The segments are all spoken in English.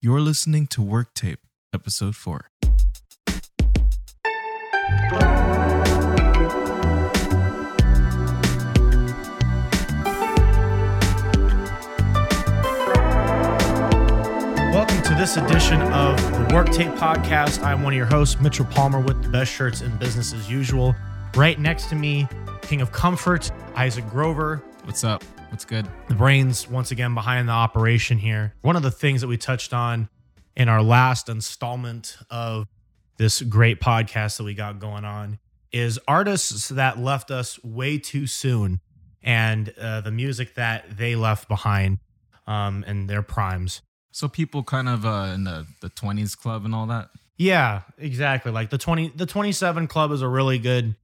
You're listening to Work Tape, Episode 4. Welcome to this edition of the Work Tape Podcast. I'm one of your hosts, Mitchell Palmer, with the best shirts in business as usual. Right next to me, King of Comfort, Isaac Grover, What's up? What's good? the brains once again behind the operation here. One of the things that we touched on in our last installment of this great podcast that we got going on is artists that left us way too soon and uh, the music that they left behind um, and their primes. So, people kind of uh, in the, the 20s club and all that? Yeah, exactly. Like the 20 the 27 club is a really good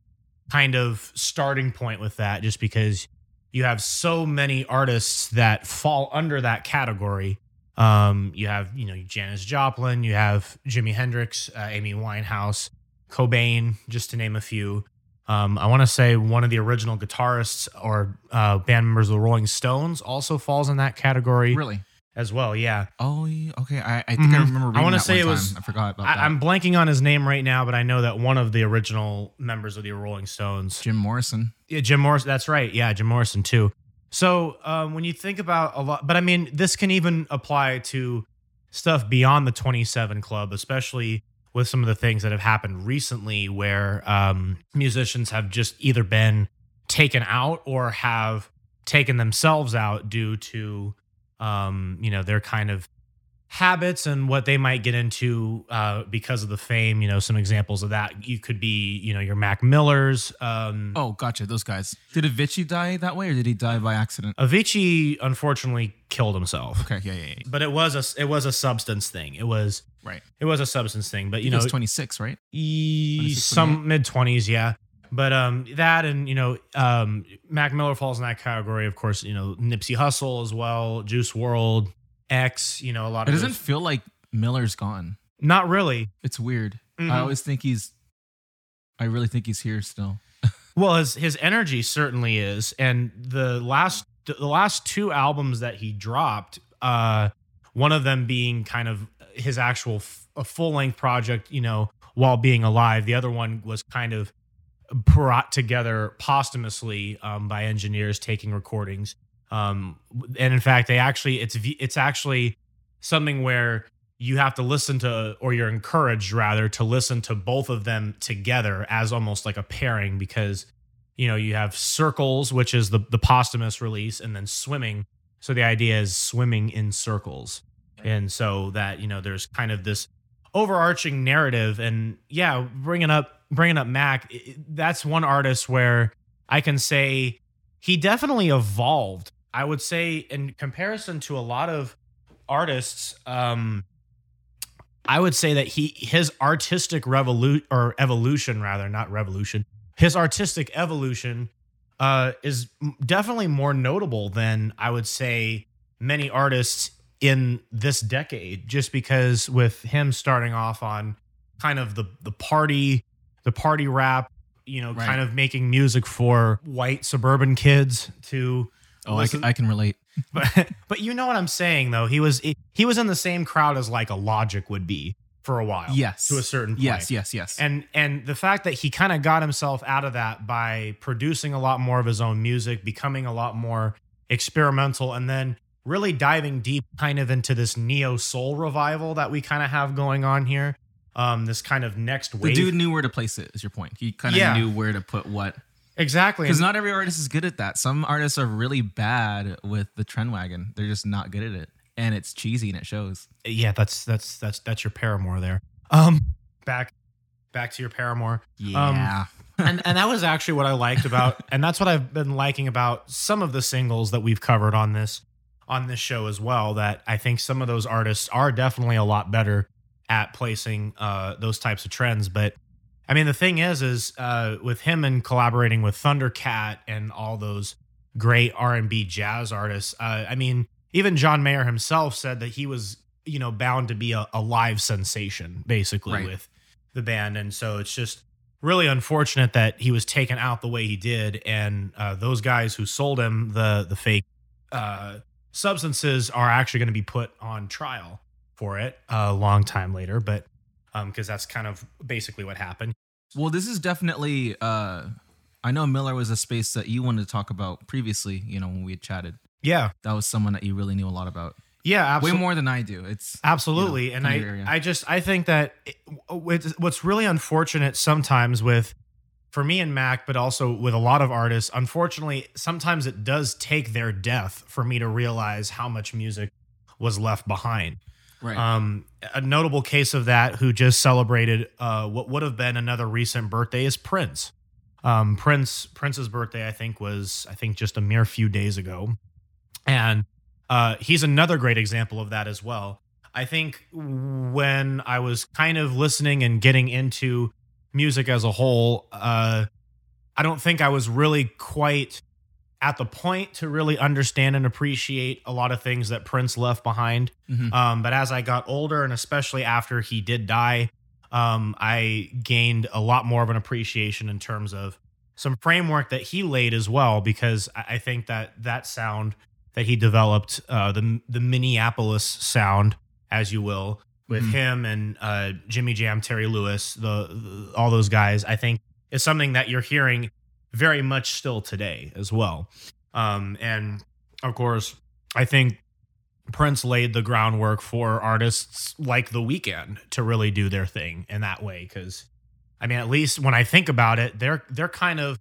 kind of starting point with that just because you have so many artists that fall under that category. Um, you have, you know, Janis Joplin, you have Jimi Hendrix, uh, Amy Winehouse, Cobain, just to name a few. Um, I want to say one of the original guitarists or uh, band members of the Rolling Stones also falls in that category Really? as well. Yeah. Oh, yeah. okay. I, I think I Mhm. remember reading I wanna that say one it was- time. I forgot about that. I, I'm blanking on his name right now, but I know that one of the original members of the Rolling Stones, Jim Morrison. yeah, Jim Morrison. That's right, yeah, Jim Morrison too. So um, when you think about a lot, but I mean, this can even apply to stuff beyond the 27 Club, especially with some of the things that have happened recently, where um, musicians have just either been taken out or have taken themselves out due to um, you know their kind of habits and what they might get into uh, because of the fame. You know, some examples of that you could be you know your Mac Millers. Um, Oh, gotcha. Those guys. Did Avicii die that way or did he die by accident? Avicii unfortunately killed himself, Okay. Yeah, yeah, yeah. but it was a it was a substance thing. It was Right. it was a substance thing, but He you know was 26, right? E- 26, some mid twenties, yeah. But um, that and you know, um, Mac Miller falls in that category, of course. You know, Nipsey Hussle as well, Juice World, X. You know, a lot It of doesn't those- feel like Miller's gone. not really. It's weird. I Mhm. always think he's. I really think he's here still. Well, his his energy certainly is, and the last the last two albums that he dropped, uh, one of them being kind of his actual f- a full length project, you know, while being alive. The other one was kind of brought together posthumously um, by engineers taking recordings. Um, and in fact, they actually it's v- it's actually something where you have to listen to or you're encouraged rather to listen to both of them together as almost like a pairing because you know you have circles which is the the posthumous release and then swimming so the idea is swimming in circles and so that you know there's kind of this overarching narrative and yeah bringing up bringing up mac i- i- that's one artist where i can say he definitely evolved i would say in comparison to a lot of artists um i would say that he his artistic revolution or evolution rather not revolution his artistic evolution uh is m- definitely more notable than i would say many artists in this decade just because with him starting off on kind of the the party the party rap you know Right. kind of making music for white suburban kids to Oh, I can, Listen- I can relate. but but you know what I'm saying though. He was he was in the same crowd as like a Logic would be for a while. Yes. To a certain point. Yes, yes, yes. And and the fact that he kind of got himself out of that by producing a lot more of his own music, becoming a lot more experimental, and then really diving deep kind of into this neo soul revival that we kind of have going on here. Um, this kind of next the wave. dude knew where to place it. Is your point? He kind of Yeah. knew where to put what. exactly. Because not every artist is good at that. Some artists are really bad with the trend wagon. They're just not good at it, and it's cheesy and it shows. yeah, that's that's that's that's your paramour there. Um, back back to your paramour. Yeah. Um, and and that was actually what I liked about, and that's what I've been liking about some of the singles that we've covered on this on this show as well. That I think some of those artists are definitely a lot better at placing uh, those types of trends. But I mean, the thing is, is uh, with him and collaborating with Thundercat and all those great R and B jazz artists. Uh, I mean, even John Mayer himself said that he was, you know, bound to be a, a live sensation basically Right. with the band, and so it's just really unfortunate that he was taken out the way he did, and uh, those guys who sold him the the fake uh, substances are actually going to be put on trial for it a long time later, but because that's kind of basically what happened. Well, this is definitely. Uh, I know Miller was a space that you wanted to talk about previously. You know, when we had chatted, Yeah, that was someone that you really knew a lot about, yeah, absolutely. way more than I do. It's Uh, Absolutely, you know, and kind of your area. I, I just I think that it, it's- what's really unfortunate sometimes with for me and Mac, but also with a lot of artists, unfortunately, sometimes it does take their death for me to realize how much music was left behind. right. Um, a notable case of that who just celebrated uh, what would have been another recent birthday is Prince. Um, Prince Prince's birthday, I think, was I think just a mere few days ago, and uh, he's another great example of that as well. I think when I was kind of listening and getting into music as a whole, uh, I don't think I was really quite at the point to really understand and appreciate a lot of things that Prince left behind. Mhm. Um, but as I got older, and especially after he did die, um, I gained a lot more of an appreciation in terms of some framework that he laid as well, because I, I think that that sound that he developed, uh, the the Minneapolis sound, as you will, with Mhm. him and uh, Jimmy Jam, Terry Lewis, the, the all those guys, I think is something that you're hearing very much still today as well. Um, and of course, I think Prince laid the groundwork for artists like The Weeknd to really do their thing in that way. Because, I mean, at least when I think about it, they're they're kind of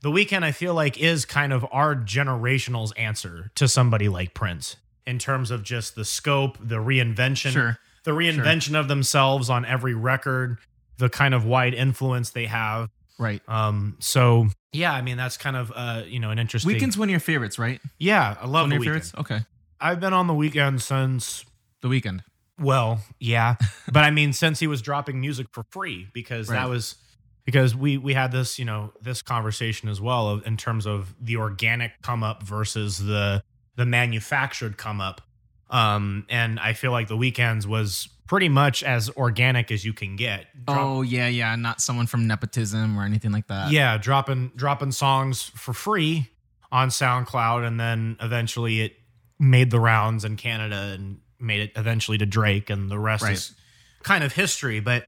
The Weeknd. I feel like is kind of our generational's answer to somebody like Prince in terms of just the scope, the reinvention, sure. the reinvention of themselves on every record, the kind of wide influence they have. Right. Um, so yeah, I mean that's kind of uh, you know an interesting. Weekends one of your favorites, right? yeah, I love one the of your weekend. favorites. Okay. I've been on the weekend since The weekend. well, yeah, but I mean since he was dropping music for free because Right. that was because we we had this you know this conversation as well of, in terms of the organic come up versus the the manufactured come up. Um, and I feel like the weekends was pretty much as organic as you can get. Drop- Oh yeah, yeah. Not someone from nepotism or anything like that. yeah dropping dropping songs for free on soundcloud and then eventually it made the rounds in canada and made it eventually to drake and the rest Right. is kind of history but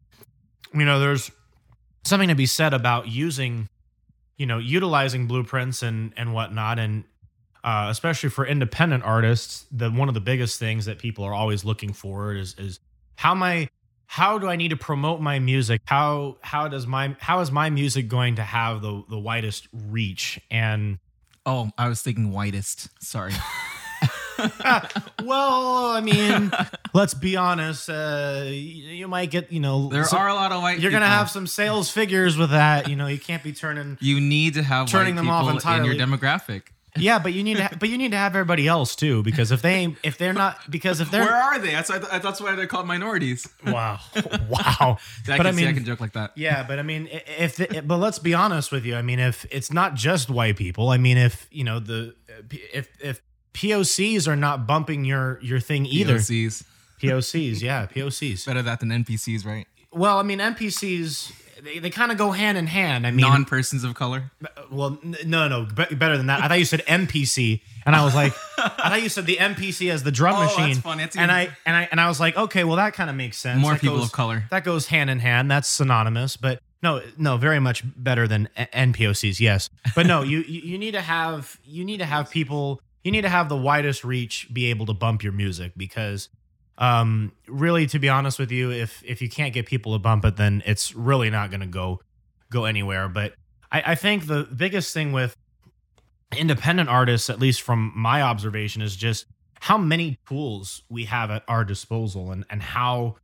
you know there's something to be said about using you know utilizing blueprints and and whatnot and uh, especially for independent artists the one of the biggest things that people are always looking for is is how am i how do i need to promote my music how how does my how is my music going to have the the widest reach and Oh, I was thinking whitest. Sorry. well i mean let's be honest uh you, you might get you know There some- are a lot of white. you're gonna people. have some sales figures with that you know you can't be turning You need to have Turning white them off people in entirely. your demographic. yeah but you need to ha- but you need to have everybody else too because if they ain't- if they're not because if they're Where are they? That's why that's why they're called minorities. wow I wow But can I see I mean- can joke like that. Yeah, but I mean, i- if the, but let's be honest with you. I mean, if it's not just white people, I mean, if you know the if if POCs are not bumping your your thing either. POCs. POCs, yeah, POCs. Better that than NPCs, right? Well, I mean, NPCs they, they kind of go hand in hand. I mean, Non persons of color. Oh, well, n- no, no, be- better than that. I thought you said NPC, and I was like, I thought you said the NPC as the drum Oh, that's machine. funny. That's and I even- and I and I was like, okay, well, that kind of makes sense. More That people goes- of color. that goes hand in hand. That's synonymous, but no, no, very much better than N- NPOCs. Yes, but no, you you you need to have you need to have people. You need to have the widest reach be able to bump your music because, um, really, to be honest with you, if if you can't get people to bump it, then it's really not going to go go anywhere. But I, I think the biggest thing with independent artists, at least from my observation, is just how many tools we have at our disposal and, and how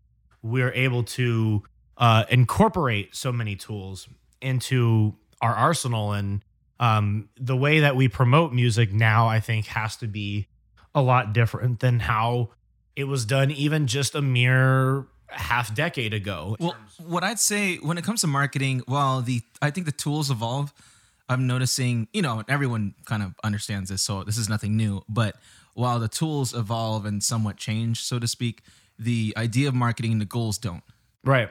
we're able to uh, incorporate so many tools into our arsenal. And um, the way that we promote music now, I think, has to be a lot different than how it was done even just a mere half decade ago. Well, what I'd say when it comes to marketing, while the I think the tools evolve, I'm noticing, you know, and everyone kind of understands this, so this is nothing new. But while the tools evolve and somewhat change, so to speak, the idea of marketing and the goals don't. right,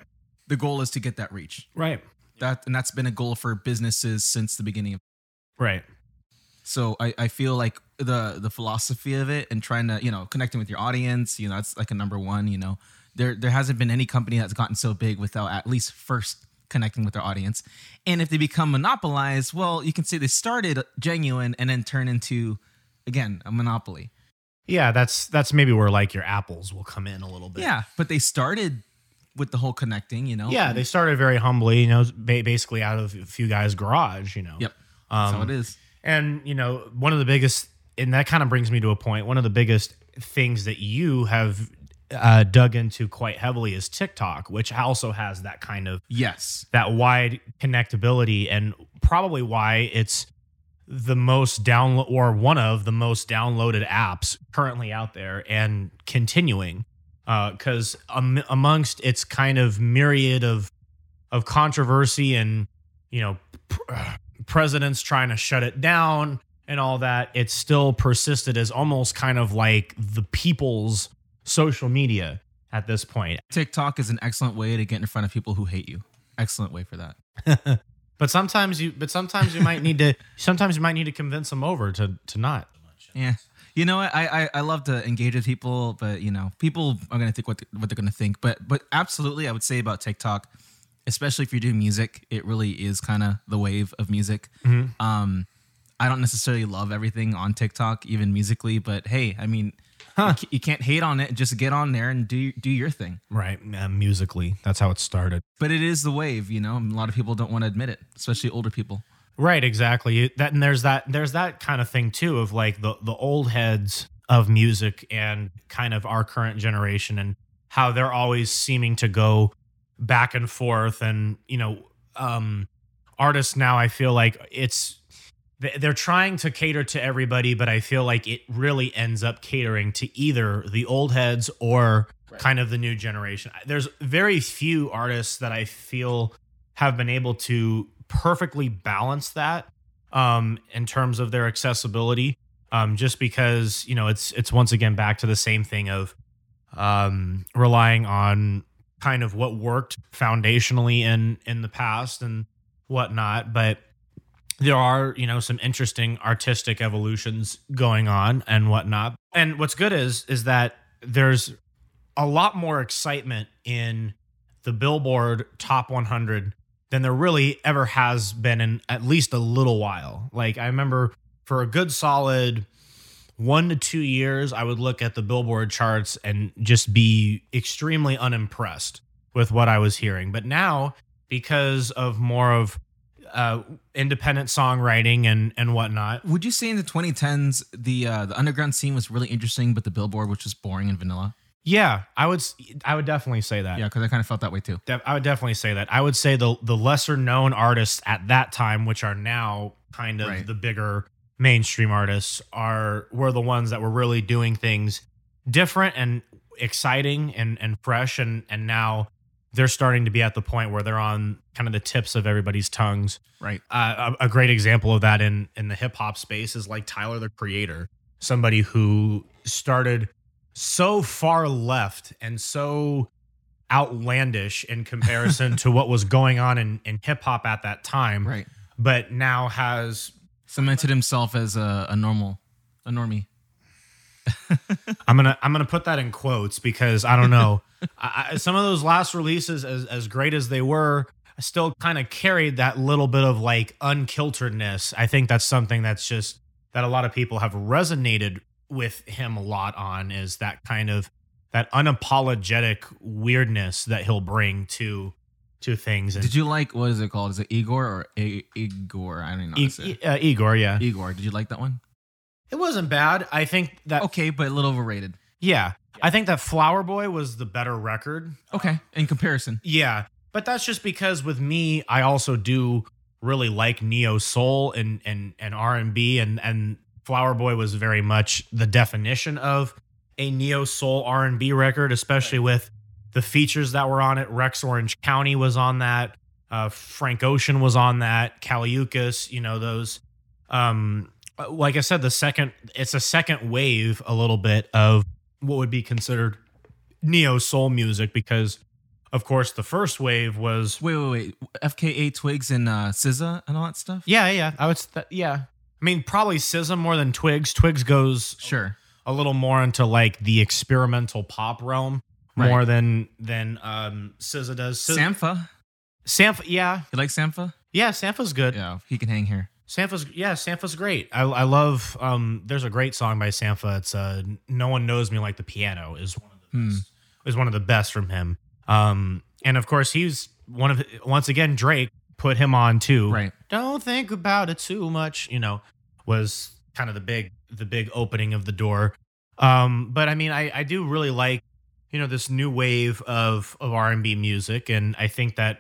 The goal is to get that reach. right, That and that's been a goal for businesses since the beginning of right. So I, I feel like the the philosophy of it and trying to you know connecting with your audience. You know, that's like a number one. You know, there there hasn't been any company that's gotten so big without at least first connecting with their audience. And if they become monopolized, well, you can say they started genuine and then turn into again a monopoly. Yeah, that's that's maybe where like your apples will come in a little bit. Yeah, but they started with the whole connecting. You know. Yeah, they started very humbly, you know, ba- basically out of a few guys' garage, you know. Yep. Um, That's how it is. And you know, one of the biggest, and that kind of brings me to a point. One of the biggest things that you have uh, dug into quite heavily is TikTok, which also has that kind of Yes. that wide connectability, and probably why it's the most download or one of the most downloaded apps currently out there and continuing because um, amongst its kind of myriad of of controversy and you know pr- presidents trying to shut it down and all that it still persisted as almost kind of like the people's social media at this point TikTok is an excellent way to get in front of people who hate you. Excellent way for that. but sometimes you but sometimes you might need to sometimes you might need to convince them over to to not Yeah. You know what? I, I I love to engage with people, but you know, people are gonna think what they- what they're gonna think. But but absolutely, I would say about TikTok, especially if you do music, it really is kind of the wave of music. Um, I don't necessarily love everything on TikTok, even musically, but hey, I mean, you ca- you can't hate on it. Just get on there and do do your thing. right uh, musically that's how it started But it is the wave, you know. and A lot of people don't want to admit it, especially older people. Right, exactly. It- That and there's that there's that kind of thing too of like the the old heads of music and kind of our current generation and how they're always seeming to go back and forth and you know um artists now I feel like it's they- they're trying to cater to everybody but I feel like it really ends up catering to either the old heads or kind of the new generation. There's very few artists that I feel have been able to perfectly balance that um, in terms of their accessibility. Um, just because you know it's it's once again back to the same thing of um, relying on kind of what worked foundationally in in the past and whatnot, but there are you know some interesting artistic evolutions going on and whatnot. And what's good is is that there's a lot more excitement in the Billboard Top 100 than there really ever has been in at least a little while. Like I remember for a good solid one to two years, I would look at the Billboard charts and just be extremely unimpressed with what I was hearing. But now, because of more of uh, independent songwriting and and whatnot, Would you say in the 2010s the uh, the underground scene was really interesting, but the Billboard was just boring and vanilla? yeah, I would s- I would definitely say that. Yeah, because I kind of felt that way too. Def- I would definitely say that. I would say the the lesser known artists at that time, which are now kind of Right. the bigger mainstream artists, are were the ones that were really doing things different and exciting and and fresh and and now they're starting to be at the point where they're on kind of the tips of everybody's tongues Right. uh, a a great example of that in in the hip hop space is like Tyler the Creator, somebody who started so far left and so outlandish in comparison to what was going on in, in hip hop at that time, Right. but now has Mm. Cemented himself as a, a normal, a normie. I'm gonna I'm gonna put that in quotes because I don't know. I, I, some of those last releases, as as great as they were, still kind of carried that little bit of like unkilteredness. I think that's something that's just that a lot of people have resonated with him a lot on is that kind of that unapologetic weirdness that he'll bring to to things. And Did you like what is it called? Is it Igor or I- Igor? I don't know. How to say E- it. uh, Igor? Yeah, Igor. Did you like that one? it wasn't bad. I think that Okay, but a little overrated. yeah, I think that Flower Boy was the better record. Okay, in comparison. Yeah, but that's just because with me, I also do really like neo soul and and and R and B, and and Flower Boy was very much the definition of a neo soul R and B record, especially with the features that were on it. Rex Orange County was on that. Uh, Frank Ocean was on that. Caliucas, you know those. Um, like I said, the second it's a second wave a little bit of what would be considered neo soul music because of course, the first wave was Wait, wait, wait. FKA Twigs and uh, SZA and all that stuff. yeah, yeah. I would th- yeah. I mean, probably SZA more than Twigs. Twigs goes Sure. a little more into like the experimental pop realm Right. more than than um SZA does. SZA, Sampha. Samph, yeah, You like Sampha? yeah, Sampha's good. Yeah, he can hang here. Sampha's yeah, Sampha's great. I, I love um there's a great song by Sampha. It's uh No One Knows Me Like the Piano is one of the Hmm. best, is one of the best from him. Um and of course he's one of once again Drake put him on too. Right. Don't think about it too much, you know, was kind of the big the big opening of the door. Um but I mean I I do really like you know this new wave of of R&B music and I think that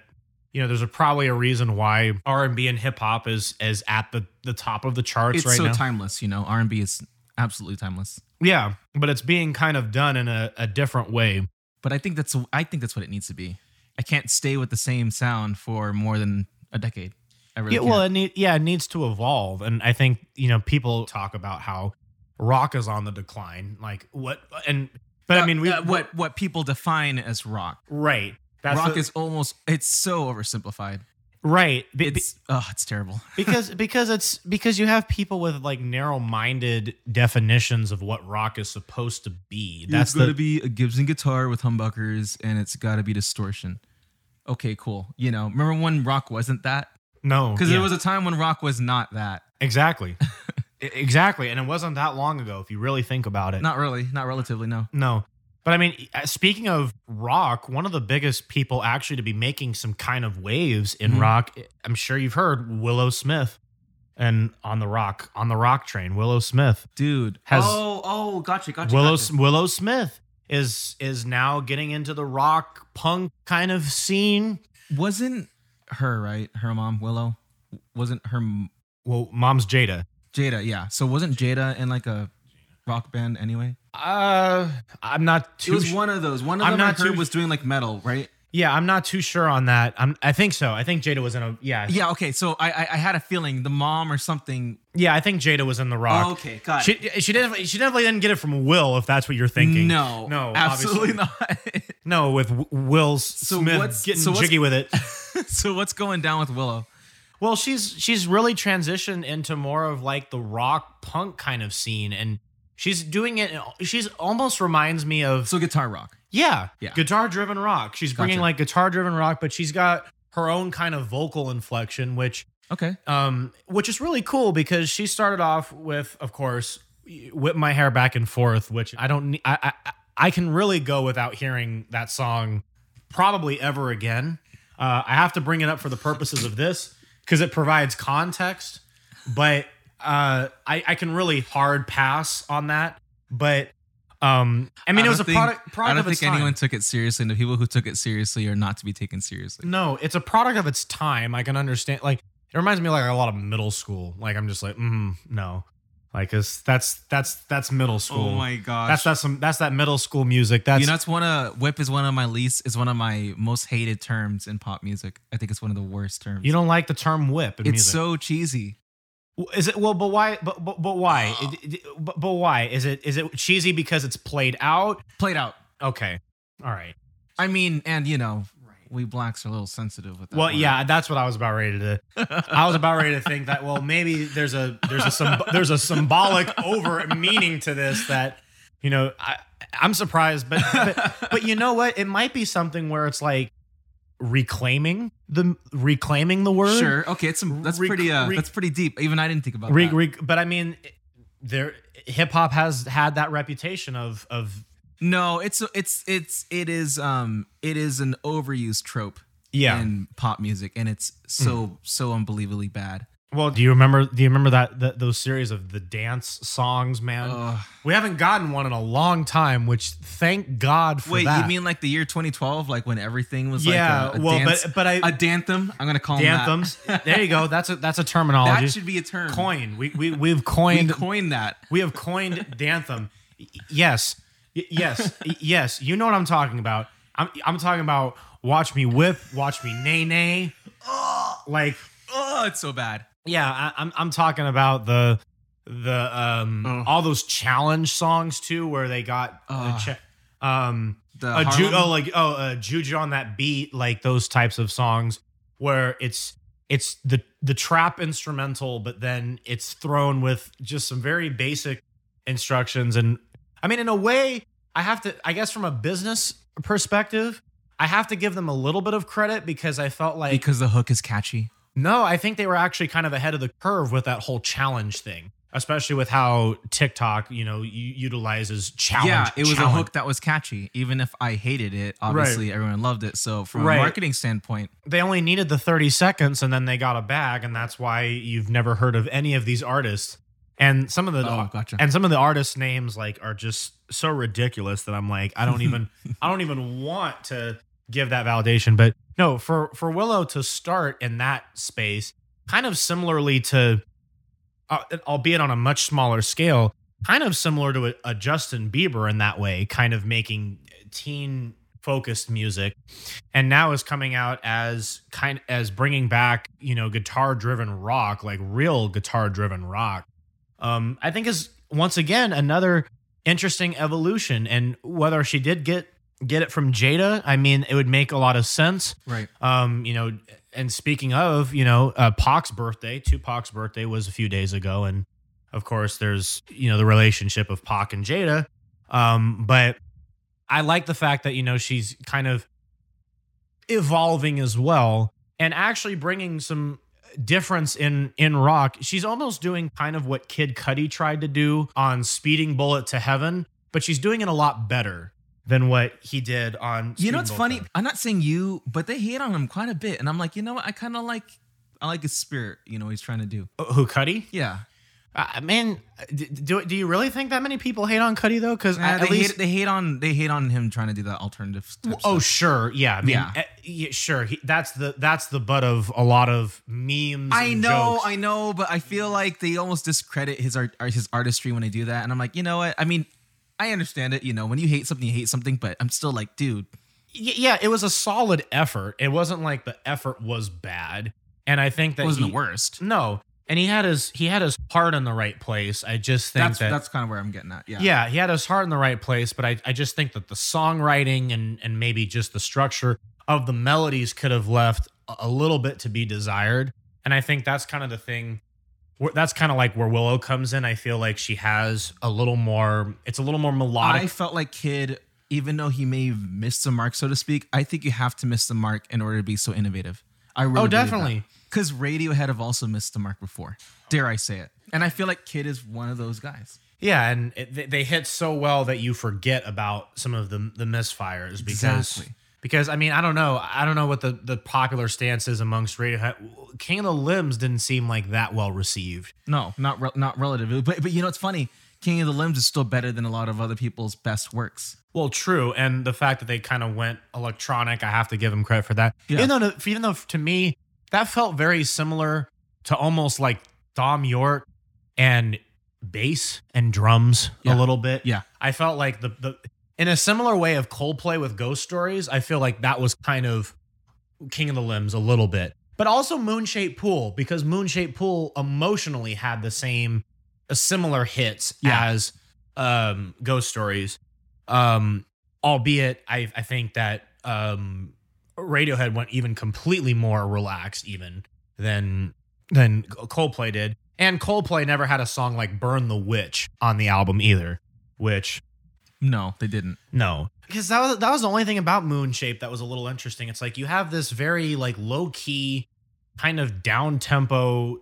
you know there's a, probably a reason why R&B and hip hop is is at the the top of the charts It's right so now. timeless, you know. R and B is absolutely timeless. yeah, but it's being kind of done in a, a different way. But I think that's I think that's what it needs to be. I can't stay with the same sound for more than a decade. I really yeah, can't. well, it need, yeah, it needs to evolve and I think, you know, people talk about how rock is on the decline, like what and but I mean, we Uh, what what people define as rock. right. That's rock the- is almost it's so oversimplified. right. Be- be- It's oh, it's terrible. because because it's because you have people with like narrow-minded definitions of what rock is supposed to be. That's it's got to the be a Gibson guitar with humbuckers, and it's got to be distortion. Okay, cool. You know, remember when rock wasn't that? no Because yeah. there was a time when rock was not that. Exactly. E- exactly. And it wasn't that long ago if you really think about it. Not really. Not relatively. No. No. But I mean, uh, speaking of rock, one of the biggest people actually to be making some kind of waves in Mhm. rock, e, I'm sure you've heard Willow Smith and on the rock, on the rock train, Willow Smith. Dude. Has- oh, oh, gotcha, gotcha. Willow gotcha. Willow Smith is is now getting into the rock punk kind of scene. wasn't her right? Her mom, Willow, wasn't her m- Well, mom's Jada. Jada? Yeah. So wasn't Jada in like a rock band anyway? Uh, I'm not it too was one of those. One of I'm them I not heard too- was doing like metal, right? Yeah, I'm not too sure on that. I'm, I think so. I think Jada was in a yeah. Yeah. Okay. So I I, I had a feeling the mom or something. Yeah, I think Jada was in the Oh, rock. okay. Got it. She she definitely she definitely didn't get it from Will if that's what you're thinking. No. no, Absolutely obviously. not. No, with W- Will Smith what's- getting so what's- jiggy with it. so what's going down with Willow? Well, she's she's really transitioned into more of like the rock punk kind of scene, and she's doing it. She's almost reminds me of So guitar rock. yeah, Yeah. guitar driven rock. She's bringing Gotcha. like guitar driven rock, but she's got her own kind of vocal inflection, which Okay. um, which is really cool because she started off with, of course, whip my hair back and forth, which I don't. ne- I I, I can really go without hearing that song probably ever again. Uh, I have to bring it up for the purposes of this because it provides context, but uh, I I can really hard pass on that. But um, I mean, it don't was a think- product product I don't of its think time. anyone took it seriously, and the people who took it seriously are not to be taken seriously. No, it's a product of its time. I can understand. Like it reminds me like a lot of middle school. Like I'm just like, mm, no, like 'cause that's that's that's middle school. Oh gosh. that's that's some that's that middle school music. That's you know, it's one of whip is one of my least is one of my most hated terms in pop music. I think it's one of the worst terms. you don't like the term whip in it's music. so cheesy. W- is it well? But why? But but, but why? Uh. It- it- but, but why is it is it cheesy because it's played out? Played out. Okay, all right. I mean, and you know, we blacks are a little sensitive with that. Well, word. yeah, that's what I was about ready to. I was about ready to think that. Well, maybe there's a there's a symb- there's a symbolic over meaning to this that you know I I'm surprised, but, but but you know what? It might be something where it's like reclaiming the reclaiming the word. sure. Okay, it's some, that's Re- pretty. Uh, re- that's pretty deep. Even I didn't think about Re, that. re, but I mean, there hip hop has had that reputation of of no, it's it's it's it is um it is an overused trope. yeah. Mm. in pop music, and it's so so unbelievably bad. well, do you remember? Do you remember that, that those series of the dance songs, man? Ugh. We haven't gotten one in a long time, which thank God for Wait, that. you mean like the year 2012, like when everything was yeah? like a, a well, dance, but but I a danthum? I'm gonna call 'em that. anthems. there you go. That's a that's a That terminology. should be a term. Coin. We we we've We coined we, coined that. have coined danthum. Y- Yes, Y- yes, Y- yes. You know what I'm talking about. I'm I'm talking about watch me whip, watch me nay nay. Like Oh, it's so bad. yeah, I, I'm I'm talking about the the um Ugh. all those challenge songs too, where they got the Ugh. cha- um Uh. The a ju- Harlem- oh like oh uh, juju on that beat like those types of songs where it's it's the the trap instrumental, but then it's thrown with just some very basic instructions. And I mean, in a way, I have to, I guess, from a business perspective, I have to give them a little bit of credit because I felt like because the hook is catchy. no, I think they were actually kind of ahead of the curve with that whole challenge thing, especially with how TikTok, you know, u- utilizes challenge. yeah, it was challenge. a hook that was catchy. Even if I hated it, obviously everyone loved it. So from Right. a marketing standpoint, they only needed the 30 seconds and then they got a bag and that's why you've never heard of any of these artists and some of the Oh, gotcha. and some of the artist names like are just so ridiculous that I'm like I don't even I don't even want to give that validation but no for for Willow to start in that space kind of similarly to uh, albeit on a much smaller scale kind of similar to a, a Justin Bieber in that way kind of making teen focused music and now is coming out as kind as bringing back you know guitar driven rock like real guitar driven rock um i think is once again another interesting evolution and whether she did get get it from jada i mean it would make a lot of sense right? um you know and speaking of you know uh pac's birthday tupac's birthday was a few days ago and of course there's you know the relationship of pac and jada um but i like the fact that you know she's kind of evolving as well and actually bringing some difference in in rock she's almost doing kind of what kid cuddy tried to do on speeding bullet to heaven but she's doing it a lot better than what he did on You know Speeding what's Bullet to funny? Heaven. I'm not saying you, but they hate on him quite a bit, and I'm like, you know what? I kind of like, I like his spirit. You know, he's trying to do. Uh, who cuddy Yeah, Uh, man, d- do do you really think that many people hate on Cuddy though? Because Nah, at, they least, hate they hate on they hate on him trying to do that alternative. Type oh stuff. sure, yeah, I mean, Yeah. eh, yeah, sure. He, that's the that's the butt of a lot of memes. I and know, jokes. I know, but I feel like they almost discredit his art, art- his artistry when they do that, and I'm like, you know what? I mean, I understand it. You know, when you hate something, you hate something, but I'm still like, dude, Y- yeah, it was a solid effort. It wasn't like the effort was bad, and I think that it wasn't he- the worst. No, and he had his he had his heart in the right place. I just think That's that that's kind of where I'm getting at. Yeah, yeah, he had his heart in the right place, but I, I just think that the songwriting and and maybe just the structure of the melodies could have left a- a little bit to be desired. And I think that's kind of the thing. where- That's kind of like where Willow comes in. I feel like she has a little more. It's a little more melodic. I felt like Kid, even though he may have missed the mark, so to speak, I think you have to miss the mark in order to be so innovative. I really oh, definitely. because Radiohead have also missed the mark before. Dare I say it? And I feel like Kid is one of those guys. Yeah, and it, they- they hit so well that you forget about some of the the misfires because Exactly. because I mean I don't know I don't know what the the popular stance is amongst Radiohead. King of the Limbs didn't seem like that well received. No, not re- not relatively. But but you know it's funny. King of the Limbs is still better than a lot of other people's best works. Well, true, and the fact that they kind of went electronic, I have to give them credit for that. Yeah. Even though, even though to me that felt very similar to almost like Dom York and bass and drums Yeah. a little bit. Yeah. I felt like the the in a similar way of Coldplay with Ghost Stories. I feel like that was kind of King of the Limbs a little bit, but also Moonshaped Pool because Moonshaped Pool emotionally had the same a similar hits Yeah. as um Ghost Stories. Um albeit I I think that um Radiohead went even completely more relaxed even than than Coldplay did. And Coldplay never had a song like Burn the Witch on the album either, which No, they didn't. no. Because that was that was the only thing about Moon Shape that was a little interesting. It's like you have this very like low key, kind of down tempo,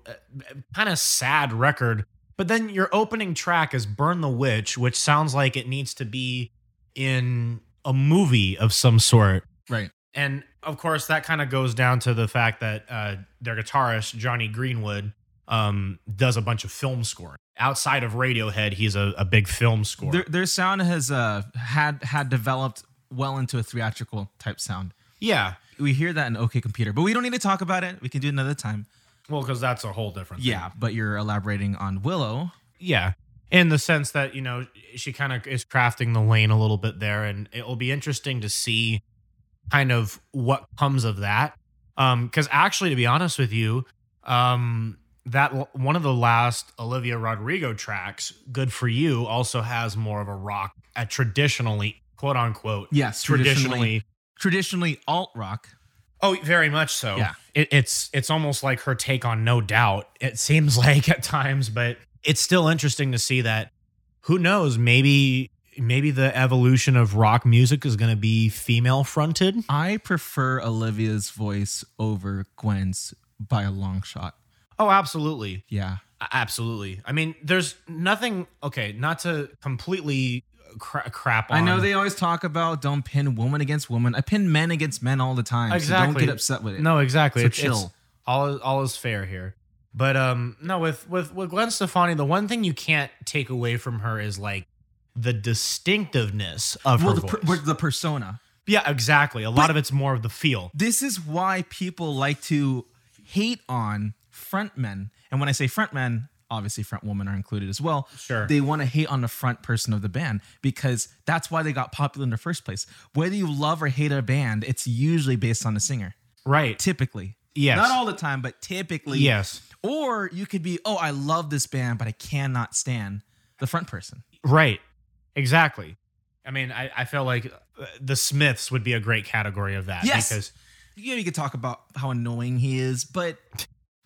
kind of sad record, but then your opening track is "Burn the Witch," which sounds like it needs to be in a movie of some sort. Right. And of course, that kind of goes down to the fact that uh, their guitarist Johnny Greenwood um, does a bunch of film scoring outside of Radiohead. He's a, a big film scorer. Their, their sound has uh had had developed well into a theatrical type sound. yeah, We hear that in OK Computer, but we don't need to talk about it. We can do it another time. Well, because that's a whole different thing. Yeah, but you're elaborating on Willow. Yeah. In the sense that, you know, she kind of is crafting the lane a little bit there, and it'll be interesting to see kind of what comes of that. Um, because actually, to be honest with you, um, that l- one of the last Olivia Rodrigo tracks, "Good for You," also has more of a rock, a traditionally quote unquote, Yes, traditionally traditionally alt rock. Oh, very much so. Yeah. It, it's it's almost like her take on No Doubt. It seems like at times, but it's still interesting to see that. Who knows? Maybe maybe the evolution of rock music is going to be female fronted. I prefer Olivia's voice over Gwen's by a long shot. Oh, absolutely. Yeah. A- Absolutely. I mean, there's nothing. Okay, not to completely cra- crap. On, I know they always talk about don't pin woman against woman. I pin men against men all the time. So don't Exactly. get upset with it. No, exactly. So It's- it's- chill. all is, all is fair here. But um, no, with with with Gwen Stefani, the one thing you can't take away from her is like the distinctiveness of Well, the, her voice. per, well, the persona. yeah, exactly. A lot of it's more of the feel. This is why people like to hate on frontmen. And when I say frontmen, obviously front women are included as well. Sure. They want to hate on the front person of the band because that's why they got popular in the first place. Whether you love or hate a band, it's usually based on the singer. Right. Typically. Yes. Not all the time, but typically. yes. Or you could be, oh, I love this band, but I cannot stand the front person. Right. Exactly. I mean, I, I feel like uh, the Smiths would be a great category of that Yes. because You know, you could talk about how annoying he is, but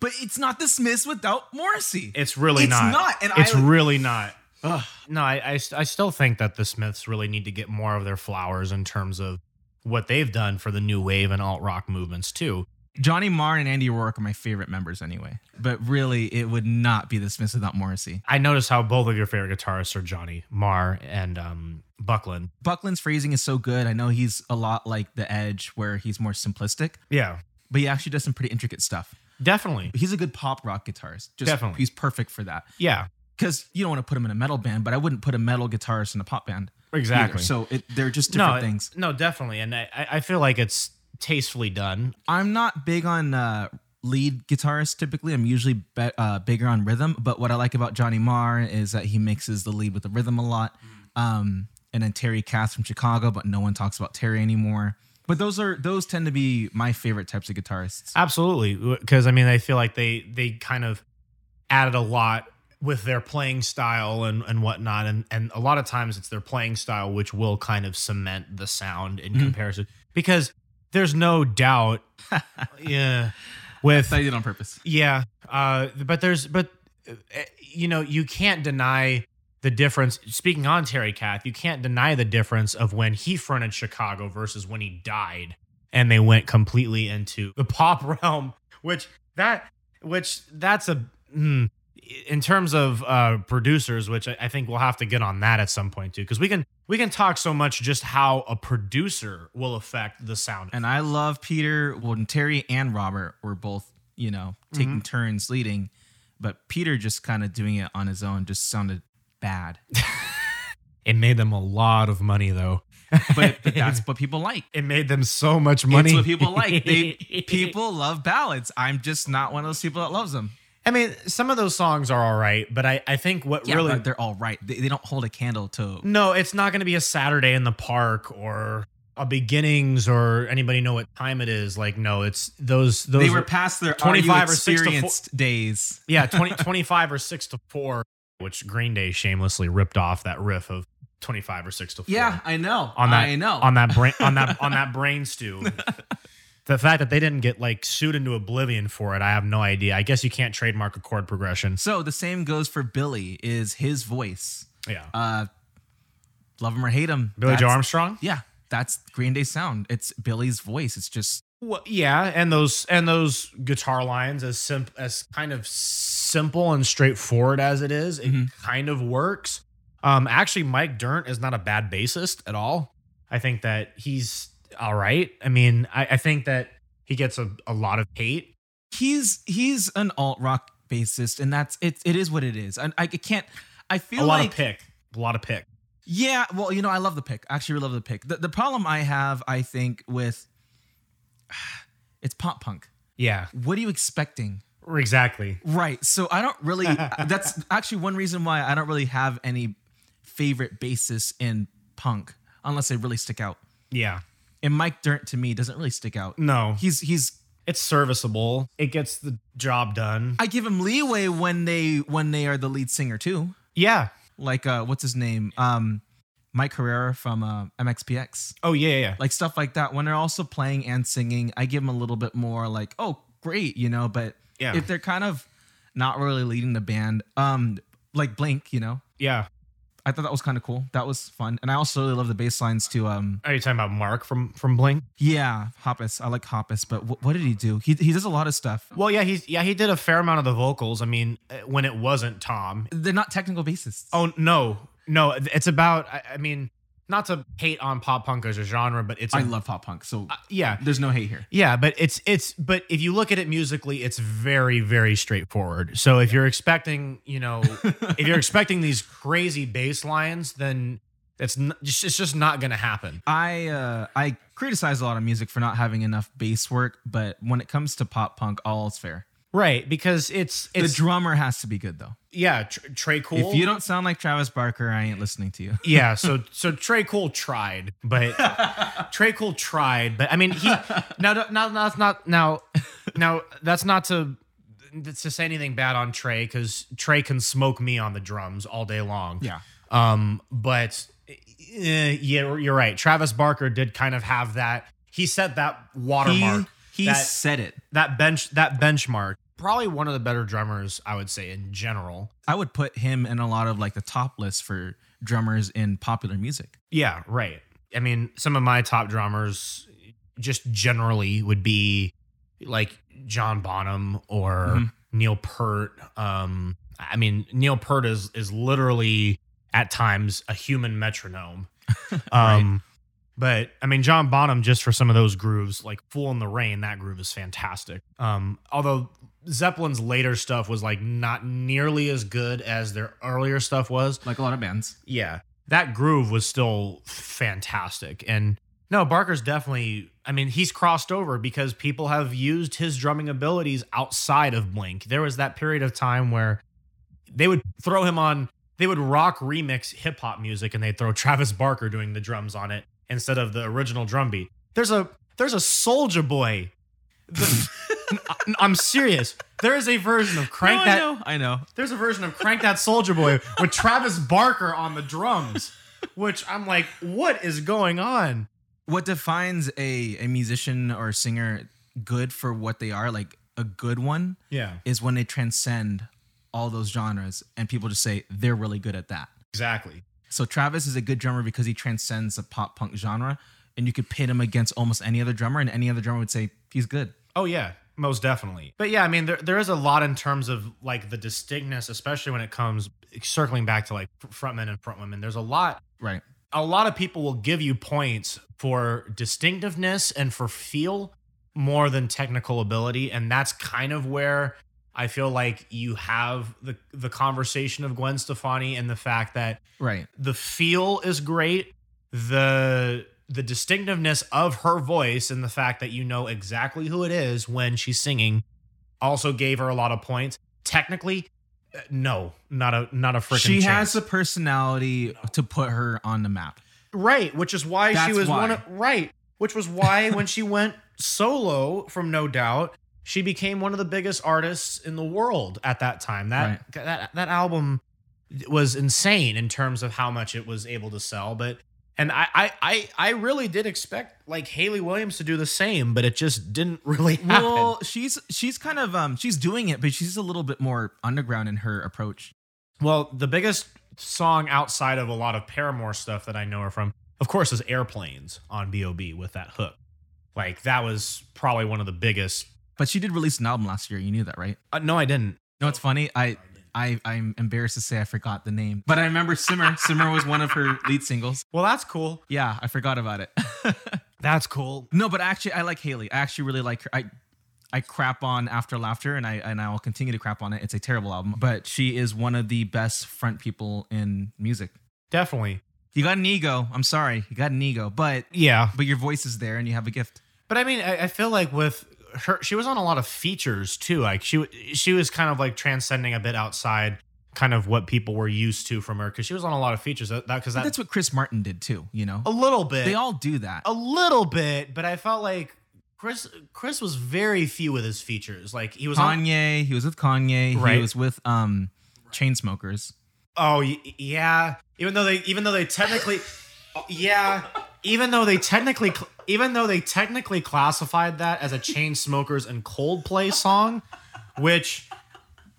but it's not the Smiths without Morrissey. it's really It's not. not, and it's I- really not. No, I, I st- I still think that the Smiths really need to get more of their flowers in terms of what they've done for the new wave and alt rock movements too. Johnny Marr and Andy Rourke are my favorite members anyway. But really, it would not be the Smiths without Morrissey. I noticed how both of your favorite guitarists are Johnny Marr and um, Buckland. Buckland's phrasing is so good. I know he's a lot like The Edge, where he's more simplistic, Yeah, but he actually does some pretty intricate stuff. definitely. He's a good pop rock guitarist. Just, Definitely. He's perfect for that. Yeah, Because you don't want to put him in a metal band, but I wouldn't put a metal guitarist in a pop band. either. exactly. So it, they're just different no, things. No, definitely. And I, I I feel like it's tastefully done. I'm not big on uh, lead guitarists typically. I'm usually be- uh, bigger on rhythm. But what I like about Johnny Marr is that he mixes the lead with the rhythm a lot. Um, and then Terry Kath from Chicago, but no one talks about Terry anymore. But those are those tend to be my favorite types of guitarists. Absolutely, because I mean, I feel like they they kind of added a lot with their playing style and and whatnot, and and a lot of times it's their playing style which will kind of cement the sound in Mhm. comparison. Because there's no doubt, yeah, with I did it on purpose. yeah, uh, but there's but uh, you know you can't deny the difference. Speaking on Terry Kath, you can't deny the difference of when he fronted Chicago versus when he died, and they went completely into the pop realm, which that which that's a. Mm, in terms of uh, producers, which I, I think we'll have to get on that at some point too, because we can we can talk so much just how a producer will affect the sound. And I love Peter. Well, and Terry and Robert were both, you know, taking turns leading, but Peter just kind of doing it on his own just sounded bad. It made them a lot of money though. But, but that's what people like. It made them so much money. It's what people like. They people love ballads. I'm just not one of those people that loves them. I mean, some of those songs are all right, but I, I think what really, really they're all right. They, they don't hold a candle to. no, it's not going to be a Saturday in the park or a beginnings or anybody know what time it is. Like, no, it's those those They were past their 25 25 or or six to four- experienced days. yeah 20, 25 or six to four, which Green Day shamelessly ripped off that riff of twenty five or six to four. Yeah, I know. on that I know. on that brain on that on that brain stew. The fact that they didn't get like sued into oblivion for it, I have no idea. I guess you can't trademark a chord progression. so the same goes for Billy. Is his voice? Yeah, Uh, love him or hate him. Billy Joe that's- Armstrong. Yeah, that's Green Day sound. It's Billy's voice. It's just Well, yeah, and those and those guitar lines, as simp as kind of simple and straightforward as it is, it Mhm. kind of works. Um, actually, Mike Dirnt is not a bad bassist at all. I think that he's all right. I mean, I, I think that he gets a, a lot of hate. he's he's an alt rock bassist, and that's it. It is what it is. And I, I can't. I feel a lot like of pick. A lot of pick. Yeah, well, you know, I love the pick. I actually really love the pick. The, the problem I have, I think, with it's pop punk. Yeah. What are you expecting? Exactly. Right. So I don't really. that's actually one reason why I don't really have any favorite basis in punk, unless they really stick out. Yeah. And Mike Dirnt to me doesn't really stick out. No. He's he's. It's serviceable. It gets the job done. I give him leeway when they when they are the lead singer too. Yeah. Like uh, what's his name? Um, Mike Herrera from uh, MXPX, Oh yeah, yeah. like stuff like that. When they're also playing and singing, I give them a little bit more like, oh, great, you know. But Yeah. if they're kind of not really leading the band, um, like Blink, you know, yeah. I thought that was kind of cool. That was fun, and I also really love the bass lines to um, Are you talking about Mark from from Bling? yeah, Hoppus. I like Hoppus, but wh- what did he do? He he does a lot of stuff. Well, yeah, he's yeah, he did a fair amount of the vocals. I mean, uh, when it wasn't Tom. They're not technical bassists. Oh no, no, it's about. I, I mean, not to hate on pop punk as a genre, but it's. I love pop punk, so yeah, there's no hate here. Yeah, but it's it's but if you look at it musically, it's very very straightforward. So if you're expecting, you know, if you're expecting these crazy bass lines, then that's n- just it's just not gonna happen. I uh, I criticize a lot of music for not having enough bass work, but when it comes to pop punk, all's fair. Right? Because it's it's the drummer has to be good though. yeah, tr- Trey Cool. If you don't sound like Travis Barker, I ain't listening to you. yeah, so so Trey Cool tried, but Trey Cool tried, but I mean he now now now that's not now now that's not to that's to say anything bad on Trey because Trey can smoke me on the drums all day long. Um, but eh, yeah, you're- you're right. Travis Barker did kind of have that. He set that he, watermark, he That- said it. that bench, that benchmark. Probably one of the better drummers, I would say, in general. I would put him in a lot of like the top lists for drummers in popular music. Yeah, right. I mean, some of my top drummers, just generally, would be like John Bonham or Mhm. Neil Peart. Um, I mean, Neil Peart is is literally at times a human metronome. Um, But I mean, John Bonham just for some of those grooves, like "Fool in the Rain," that groove is fantastic. Um, although Zeppelin's later stuff was like not nearly as good as their earlier stuff was, Like a lot of bands. yeah, that groove was still fantastic. And no, Barker's definitely, I mean, he's crossed over because people have used his drumming abilities outside of Blink. There was that period of time where they would throw him on, they would rock remix hip hop music and they'd throw Travis Barker doing the drums on it instead of the original drum beat. There's a, there's a Soldier Boy. The- I- I'm serious. There is a version of No, Crank That I know. I know. there's a version of Crank That Soldier Boy with Travis Barker on the drums, which I'm like, what is going on? What defines a, a musician or singer good for what they are, like a good one, Yeah, is when they transcend all those genres and people just say they're really good at that. exactly. So Travis is a good drummer because he transcends the pop punk genre and you could pit him against almost any other drummer and any other drummer would say he's good. Oh, yeah, most definitely. But yeah, I mean, there, there is a lot in terms of like the distinctness, especially when it comes circling back to like frontmen and frontwomen. There's a lot Right. a lot of people will give you points for distinctiveness and for feel more than technical ability and that's kind of where I feel like you have the the conversation of Gwen Stefani and the fact that Right. the feel is great the the distinctiveness of her voice and the fact that you know exactly who it is when she's singing also gave her a lot of points technically uh, no not a not a freaking she has chance. the personality to put her on the map. Right, which is why she That's was one why. of right, which was why when she went solo from No Doubt, she became one of the biggest artists in the world at that time. That that that album was insane in terms of how much it was able to sell, but and I, I, I, I really did expect like Haley Williams to do the same, but it just didn't really happen. Well, she's she's kind of um she's doing it, but she's a little bit more underground in her approach. Well, the biggest song outside of a lot of Paramore stuff that I know her from, of course, is Airplanes on B.O.B. with that hook. Like, that was probably one of the biggest. But she did release an album last year. You knew that, right? Uh, no, I didn't. No, it's funny. I I I'm embarrassed to say I forgot the name, but I remember Simmer. Simmer was one of her lead singles. Well, that's cool. Yeah, I forgot about it. That's cool. no, but actually, I like Haley. I actually really like her. I I crap on After Laughter, and I and I will continue to crap on it. It's a terrible album, but she is one of the best front people in music. Definitely. You got an ego. I'm sorry, you got an ego, but Yeah. but your voice is there, and you have a gift. But I mean, I, I feel like with her, she was on a lot of features too. Like, she, w- she was kind of like transcending a bit outside kind of what people were used to from her because she was on a lot of features. That, because that, That's what Chris Martin did too. You know, a little bit. they all do that. a little bit, but I felt like Chris Chris was very few with his features. Like he was on. Kanye, he was with Kanye. Right. He was with um, Chainsmokers. Oh y- yeah. Even though they even though they technically Yeah, even though they technically cl- even though they technically classified that as a chain smokers and Coldplay song, which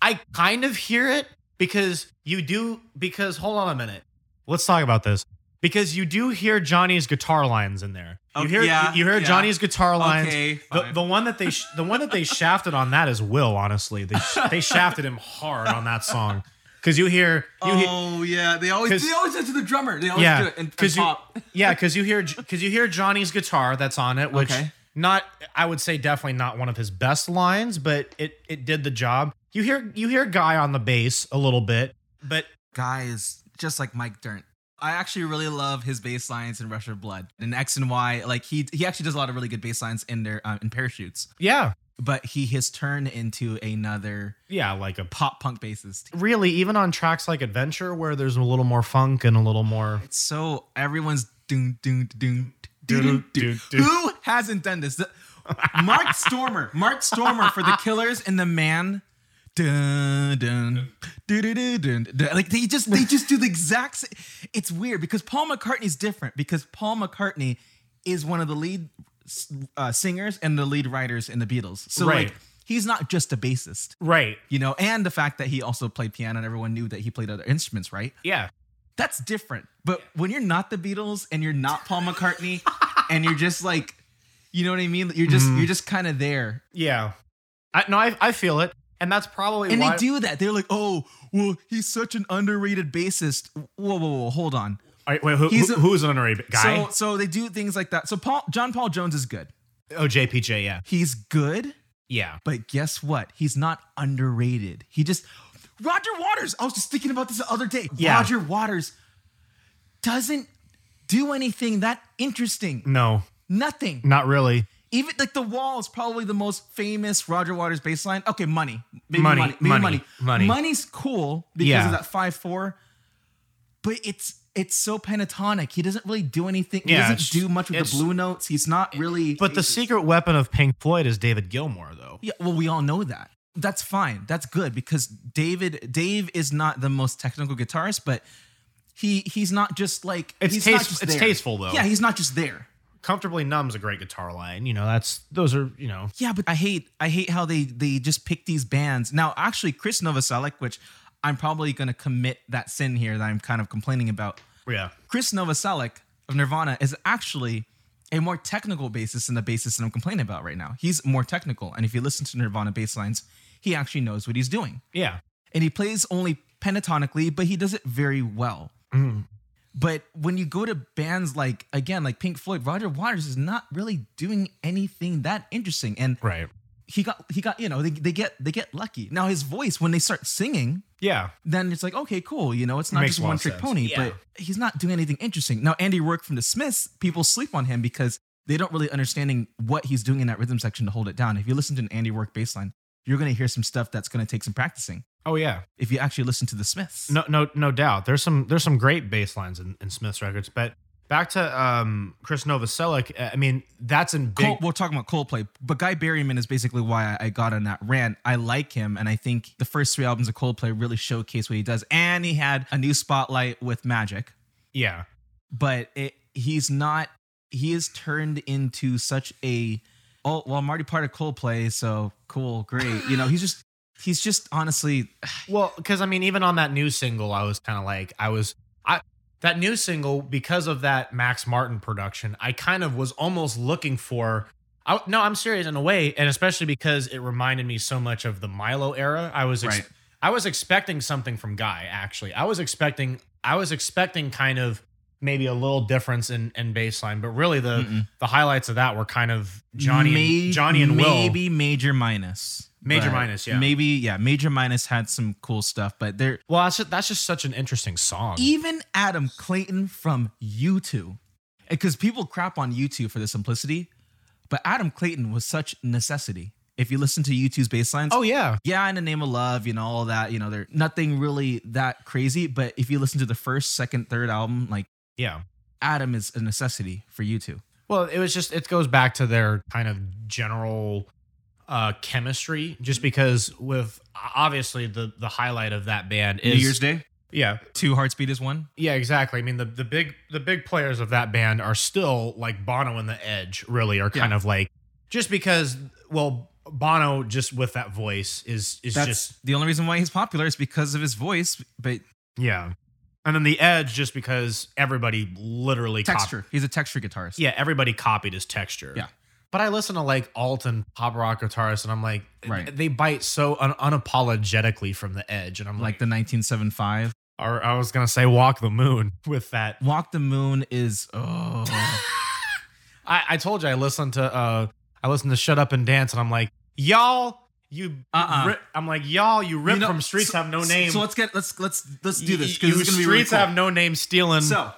I kind of hear it because you do because hold on a minute. Let's talk about this. Because you do hear Johnny's guitar lines in there. You Oh, hear yeah, you hear yeah. Johnny's guitar lines. Okay, the, fine. the one that they sh- the one that they shafted on that is Will. Honestly, they sh- they shafted him hard on that song because you hear you hear oh yeah, they always 'cause- they always do it to the drummer. They always do yeah it and, and because you pop. yeah because you hear because you hear Johnny's guitar that's on it, which Okay. not I would say definitely not one of his best lines, but it it did the job. You hear you hear Guy on the bass a little bit, but guy is just like Mike Dirnt. I actually really love his bass lines in Rush of Blood and X and Y. Like he he actually does a lot of really good bass lines in their um, in parachutes. yeah But he has turned into another yeah like a pop punk bassist. really even on tracks like Adventure where there's a little more funk and a little more It's so everyone's doom doom doom doom doom. Doo-doo-doo-doo. Who hasn't done this? The- Mark Stormer, Mark Stormer for the Killers and the Man. Dun, dun, dun, dun, dun, dun, dun. Like they just they just do the exact. Same. It's weird because Paul McCartney is different because Paul McCartney is one of the lead uh, singers and the lead writers in the Beatles. So Right. like he's not just a bassist, right you know. And the fact that he also played piano and everyone knew that he played other instruments, right? yeah that's different. But when you're not the Beatles and you're not Paul McCartney and you're just like, you know what I mean? You're just Mm. you're just kind of there. yeah I, no I I feel it and that's probably And why they do that. They're like, oh, well, he's such an underrated bassist. Whoa, whoa, whoa, hold on. All right, wait, who, He's who, a- who's an honorary guy So so they do things like that. So Paul John Paul Jones is good. oh JPJ yeah He's good, yeah but guess what? He's not underrated. He just Roger Waters. I was just thinking about this the other day. Yeah. Roger Waters doesn't do anything that interesting. no Nothing. not really even like the wall is probably the most famous Roger Waters baseline. Okay, money, Maybe Money, money, Maybe money, money, money. Money's cool because Yeah. of that five four, but it's it's so pentatonic. He doesn't really do anything. He Yeah, it's- doesn't do much with it's- the blue notes. He's not really. But the secret weapon of Pink Floyd is David Gilmour, though. yeah, well, we all know that. That's fine. That's good because David Dave is not the most technical guitarist, but he he's not just like It's he's taste- not just it's there. tasteful, though. Yeah, he's not just there. Comfortably Numb's a great guitar line. You know, that's those are you know. Yeah, but I hate I hate how they they just pick these bands. Now, actually, Chris Novoselic, which I'm probably gonna commit that sin here that I'm kind of complaining about. Yeah, Chris Novoselic of Nirvana is actually a more technical bassist than the bassist that I'm complaining about right now. He's more technical, and if you listen to Nirvana bass lines, he actually knows what he's doing, yeah, and he plays only pentatonically, but he does it very well. Mm, But when you go to bands like again, like Pink Floyd, Roger Waters is not really doing anything that interesting, and right. he got he got you know they, they get they get lucky now his voice when they start singing Yeah, then it's like okay cool you know it's not Makes just a lot one of trick sense. pony Yeah. but he's not doing anything interesting now andy rourke from the smiths people sleep on him because they don't really understanding what he's doing in that rhythm section to hold it down if you listen to an andy rourke bass line you're going to hear some stuff that's going to take some practicing oh yeah. if you actually listen to the smiths No, no, no doubt. There's some there's some great bass lines in, in Smith's records, but back to um Chris Novoselic. uh, I mean, that's in big. Cole, we're talking about Coldplay, but Guy Berryman is basically why I, I got on that rant. I like him, and I think the first three albums of Coldplay really showcase what he does. And he had a new spotlight with Magic, yeah, but it, he's not. He is turned into such a oh well, I'm already part of Coldplay, so cool, great. You know, he's just he's just honestly Well, because I mean, even on that new single, I was kind of like, I was, I that new single because of that Max Martin production, I kind of was almost looking for. I, no, I'm serious in a way, and especially because it reminded me so much of the Milo era. I was, ex- Right. I was expecting something from Guy. Actually, I was expecting, I was expecting kind of maybe a little difference in in baseline, but really the Mm-mm. the highlights of that were kind of Johnny, may- and, Johnny and Will. maybe major minus Major But Minus, yeah. maybe yeah major minus had some cool stuff, but there Well, that's just, that's just such an interesting song. even Adam Clayton from U2, because people crap on U2 for the simplicity, but Adam Clayton was such necessity. If you listen to U2's bass lines, oh yeah, yeah, in the name of love, you know, all that, you know, they're nothing really that crazy. But if you listen to the first, second, third album, like yeah. Adam is a necessity for U2. Well, it was just it goes back to their kind of general uh Mm-hmm. chemistry just because with obviously the the highlight of that band is Day? Yeah. Two Heartsbeat is one. Yeah, exactly. I mean, the the big the big players of that band are still like Bono and the Edge. Really, are kind Yeah. of like just because. Well, Bono just with that voice is is That's just the only reason why he's popular is because of his voice, but yeah, and then the Edge just because everybody literally cop- texture. He's a texture guitarist. yeah, everybody copied his texture. Yeah. But I listen to like alt and pop rock guitarists, and I'm like, Right. they bite so un- unapologetically from the edge, and I'm Like like, the 1975. or I was gonna say walk the moon with that. Walk the Moon is oh I, I told you I listened to uh I listened to Shut Up and Dance, and I'm like, y'all, you, Uh-uh. ri- I'm like, y'all, you rip You know, from streets so- have no so- name. So let's get let's let's let's do this You, because it's gonna be streets really cool. have no name stealing. So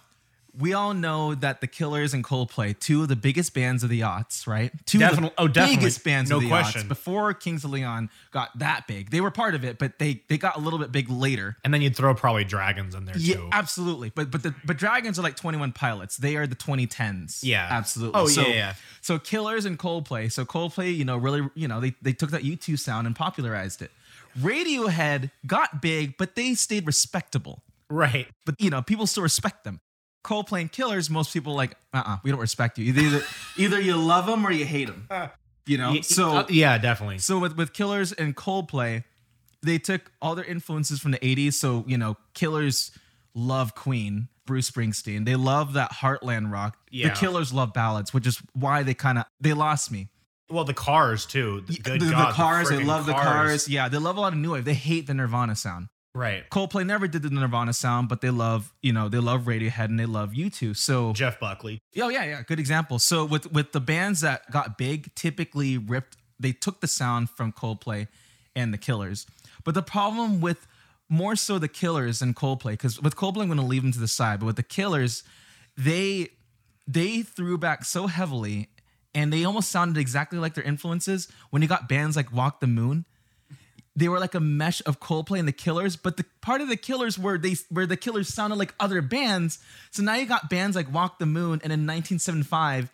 we all know that the Killers and Coldplay, two of the biggest bands of the aughts, right? Two Definitely- of the oh, definitely. biggest bands No of the question. aughts. Before Kings of Leon got that big, they were part of it, but they they got a little bit big later. and then you'd throw probably dragons in there too. absolutely. But but the but dragons are like Twenty One Pilots. They are the 2010s. Yeah. absolutely. Oh, so, yeah, yeah. So Killers and Coldplay. So Coldplay, you know, really, you know, they they took that U2 sound and popularized it. Radiohead got big, but they stayed respectable right. but you know people still respect them coldplay and killers most people are like uh-uh we don't respect you either either, either you love them or you hate them you know Y- Um, so uh, yeah, definitely. so with, with killers and coldplay they took all their influences from the 80s so you know killers love queen bruce springsteen they love that heartland rock Yeah. the killers love ballads which is why they kind of they lost me Well, the cars too. The, good the, the God, cars they freaking love the cars yeah they love a lot of new wave they hate the nirvana sound Right. Coldplay never did the Nirvana sound, but they love, you know, they love Radiohead and they love U2. So, Jeff Buckley. oh yeah, yeah, good example. So with with the bands that got big, typically ripped, they took the sound from Coldplay and the Killers. But the problem with more so the Killers and Coldplay, because with Coldplay I'm going to leave them to the side, but with the Killers, they they threw back so heavily, and they almost sounded exactly like their influences. When you got bands like Walk the Moon, they were like a mesh of Coldplay and the Killers, but the part of the Killers where they where the Killers sounded like other bands. So now you got bands like Walk the Moon and in 1975,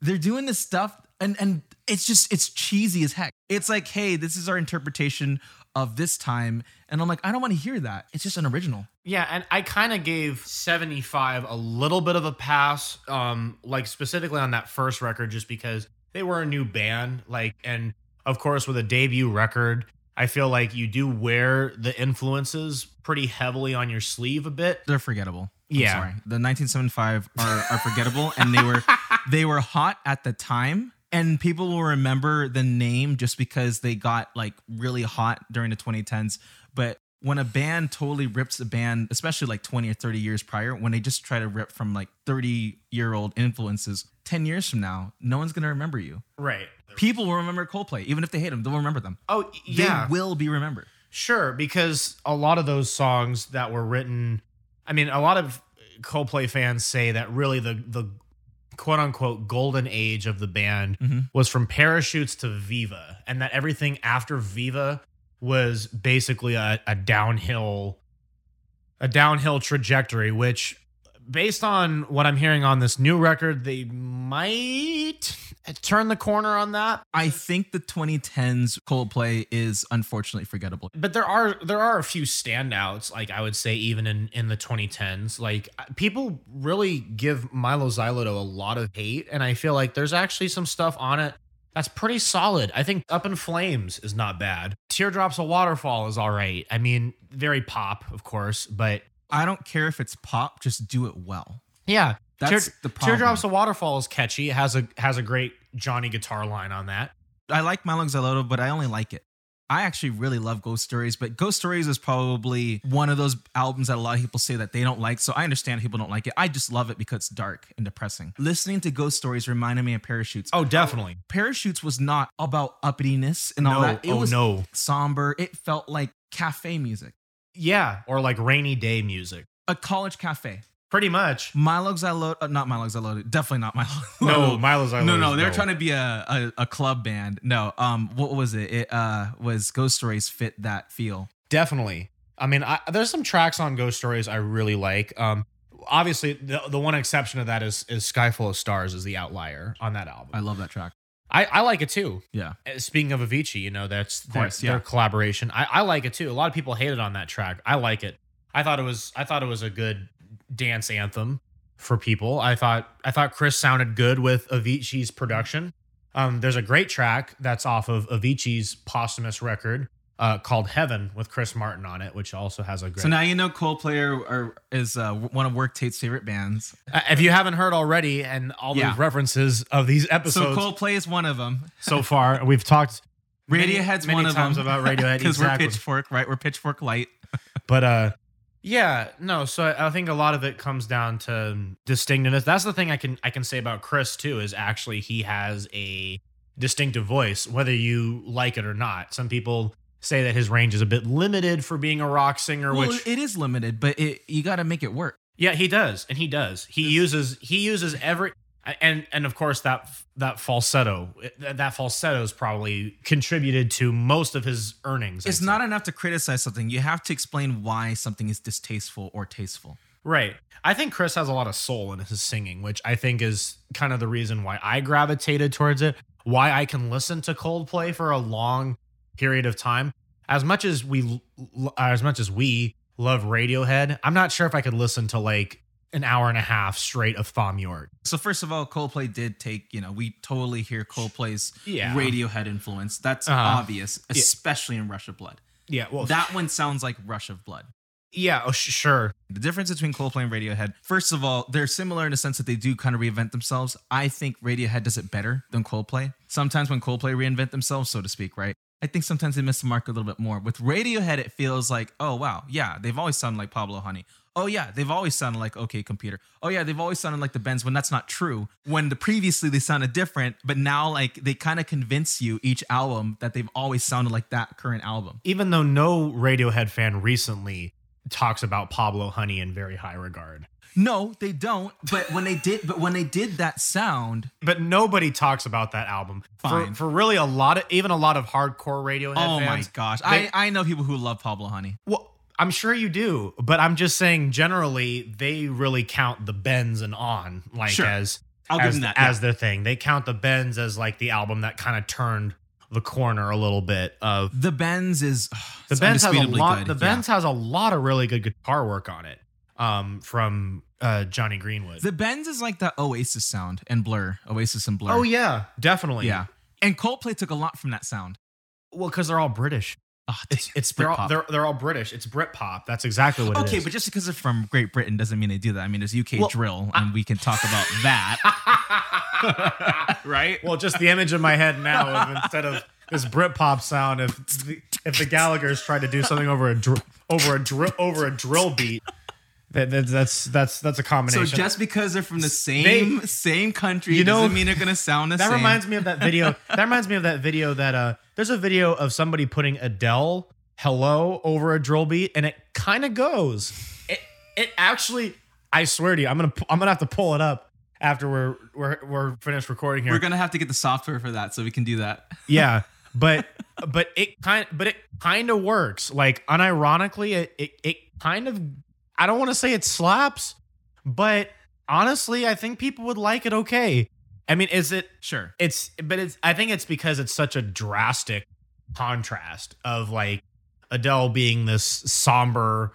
they're doing this stuff and and it's just it's cheesy as heck. It's like, hey, this is our interpretation of this time, and I'm like, I don't want to hear that. It's just unoriginal. Yeah, and I kind of gave 75 a little bit of a pass, um, like specifically on that first record, just because they were a new band. Like, and of course, with a debut record, I feel like you do wear the influences pretty heavily on your sleeve a bit. They're forgettable. I'm Yeah. sorry. The 1975 are, are forgettable, and they were they were hot at the time, and people will remember the name just because they got like really hot during the 2010s. But when a band totally rips a band, especially like 20 or 30 years prior, when they just try to rip from like 30 year old influences, 10 years from now, no one's gonna remember you. Right. People will remember Coldplay, even if they hate them, they'll remember them. Oh, yeah. They will be remembered. Sure, because a lot of those songs that were written, I mean, a lot of Coldplay fans say that really the the quote unquote golden age of the band Mhm. was from Parachutes to Viva, and that everything after Viva was basically a, a downhill a downhill trajectory. Which, based on what I'm hearing on this new record, they might turn the corner on that. I think the 2010s Coldplay is unfortunately forgettable. but there are there are a few standouts like i would say even in in the 2010s like uh, people really give milo xyloto a lot of hate and i feel like there's actually some stuff on it that's pretty solid i think up in flames is not bad teardrops of waterfall is all right i mean very pop of course but I don't care if it's pop, just do it well. yeah That's the problem. teardrops of waterfall is catchy it has a has a great johnny guitar line on that I like Milo Xyloto, but I only like it. I actually really love Ghost Stories, but Ghost Stories is probably one of those albums that a lot of people say that they don't like. So I understand people don't like it. I just love it because it's dark and depressing. Listening to Ghost Stories reminded me of Parachutes. oh definitely Parachutes was not about uppityness and all no that. It oh was no somber. It felt like cafe music, yeah or like rainy day music a college cafe. pretty much Milo Xyloto, uh, not Milo Xyloto, definitely not Milo. no milo xyloto no, no, they're trying to be a, a, a club band. No, um, what was it? It uh was Ghost Stories fit that feel. Definitely. I mean, I, there's some tracks on Ghost Stories I really like. Um, obviously, the the one exception of that is is Sky Full of Stars is the outlier on that I album. love that track. I, I like it too. Yeah, Uh, Speaking of Avicii, you know that's their, course, yeah. their collaboration. I, I like it too. A lot of people hated on that track. I like it. I thought it was I thought it was a good dance anthem for people. I thought I thought Chris sounded good with Avicii's production. Um, there's a great track that's off of Avicii's posthumous record uh, called Heaven with Chris Martin on it, which also has a great. So now you know Coldplay are, are, is uh, one of Work Tate's favorite bands. Uh, if you haven't heard already, and all Yeah. these references of these So episodes Coldplay is one of them. so far, we've talked many- Radiohead's many one of times them about Radiohead because exactly. we're Pitchfork, right? We're Pitchfork Light. but uh yeah no so I, I think a lot of it comes down to um, distinctiveness that's the thing i can i can say about chris too is actually he has a distinctive voice whether you like it or not some people say that his range is a bit limited for being a rock singer Well, which it is limited, but it, you got to make it work. yeah he does and he does he uses he uses every and and of course that that falsetto that that falsetto is probably contributed to most of his earnings I'd It's say. not enough to criticize something. You have to explain why something is distasteful or tasteful. Right. I think Chris has a lot of soul in his singing, which I think is kind of the reason why I gravitated towards it, why I can listen to Coldplay for a long period of time. As much as we l- as much as we love Radiohead, I'm not sure if I could listen to like an hour and a half straight of Thom Yorke. So first of all, Coldplay did take, you know, we totally hear Coldplay's Yeah. Radiohead influence. That's Uh-huh. obvious, especially in Rush of Blood. Yeah, well That one sounds like Rush of Blood. yeah, oh, sh- sure. The difference between Coldplay and Radiohead, first of all, they're similar in the sense that they do kind of reinvent themselves. I think Radiohead does it better than Coldplay. Sometimes when Coldplay reinvent themselves, so to speak, right? I think sometimes they miss the mark a little bit more. With Radiohead, it feels like, oh wow, yeah, they've always sounded like Pablo Honey. Oh yeah, they've always sounded like OK Computer. Oh yeah, they've always sounded like the Benz when that's not true. When the previously they sounded different, but now like they kind of convince you each album that they've always sounded like that current album. Even though no Radiohead fan recently talks about Pablo Honey in very high regard. No, they don't. But when they did, but when they did that sound, but nobody talks about that album. For, Fine. for really a lot of even a lot of hardcore Radiohead Oh my fans. gosh. They- I, I know people who love Pablo Honey. Well, I'm sure you do, but I'm just saying generally they really count the bends and on like Sure. as I'll give as, them that, as their thing. They count the bends as like the album that kind of turned the corner a little bit of The Benz is the Benz has a undisputably lot. good. The Yeah. Benz has a lot of really good guitar work on it um, from uh, Johnny Greenwood. The Benz is like that Oasis sound and Blur. Oasis and Blur. oh yeah, definitely. Yeah. And Coldplay took a lot from that sound. Well, because they're all British. Ah, It's it's they're all, Britpop. they're, they're all British. It's Britpop. That's exactly what Okay, it is. but just because they're from Great Britain doesn't mean they do that. I mean, there's UK Well, drill, and we can talk about that, right? well, just the image in my head now of instead of this Britpop sound, if the, if the Gallagher's tried to do something over a dr- over a dr- over a drill beat, that, that that's that's that's a So combination. just because they're from the same same country You know- doesn't mean they're gonna sound the that same. reminds me of that video. That reminds me of that video that uh, there's a video of somebody putting Adele "Hello" over a drill beat, and it kind of goes. It it actually, I swear to you, I'm gonna pu- I'm gonna have to pull it up after we're we're we're finished recording here. We're gonna have to get the software for that so we can do that. yeah, but but it kind but it kind of works. Like unironically, it it, it kind of I don't want to say it slaps, but honestly, I think people would like it okay. I mean, is it Sure. it's but it's i think it's because it's such a drastic contrast of like adele being this somber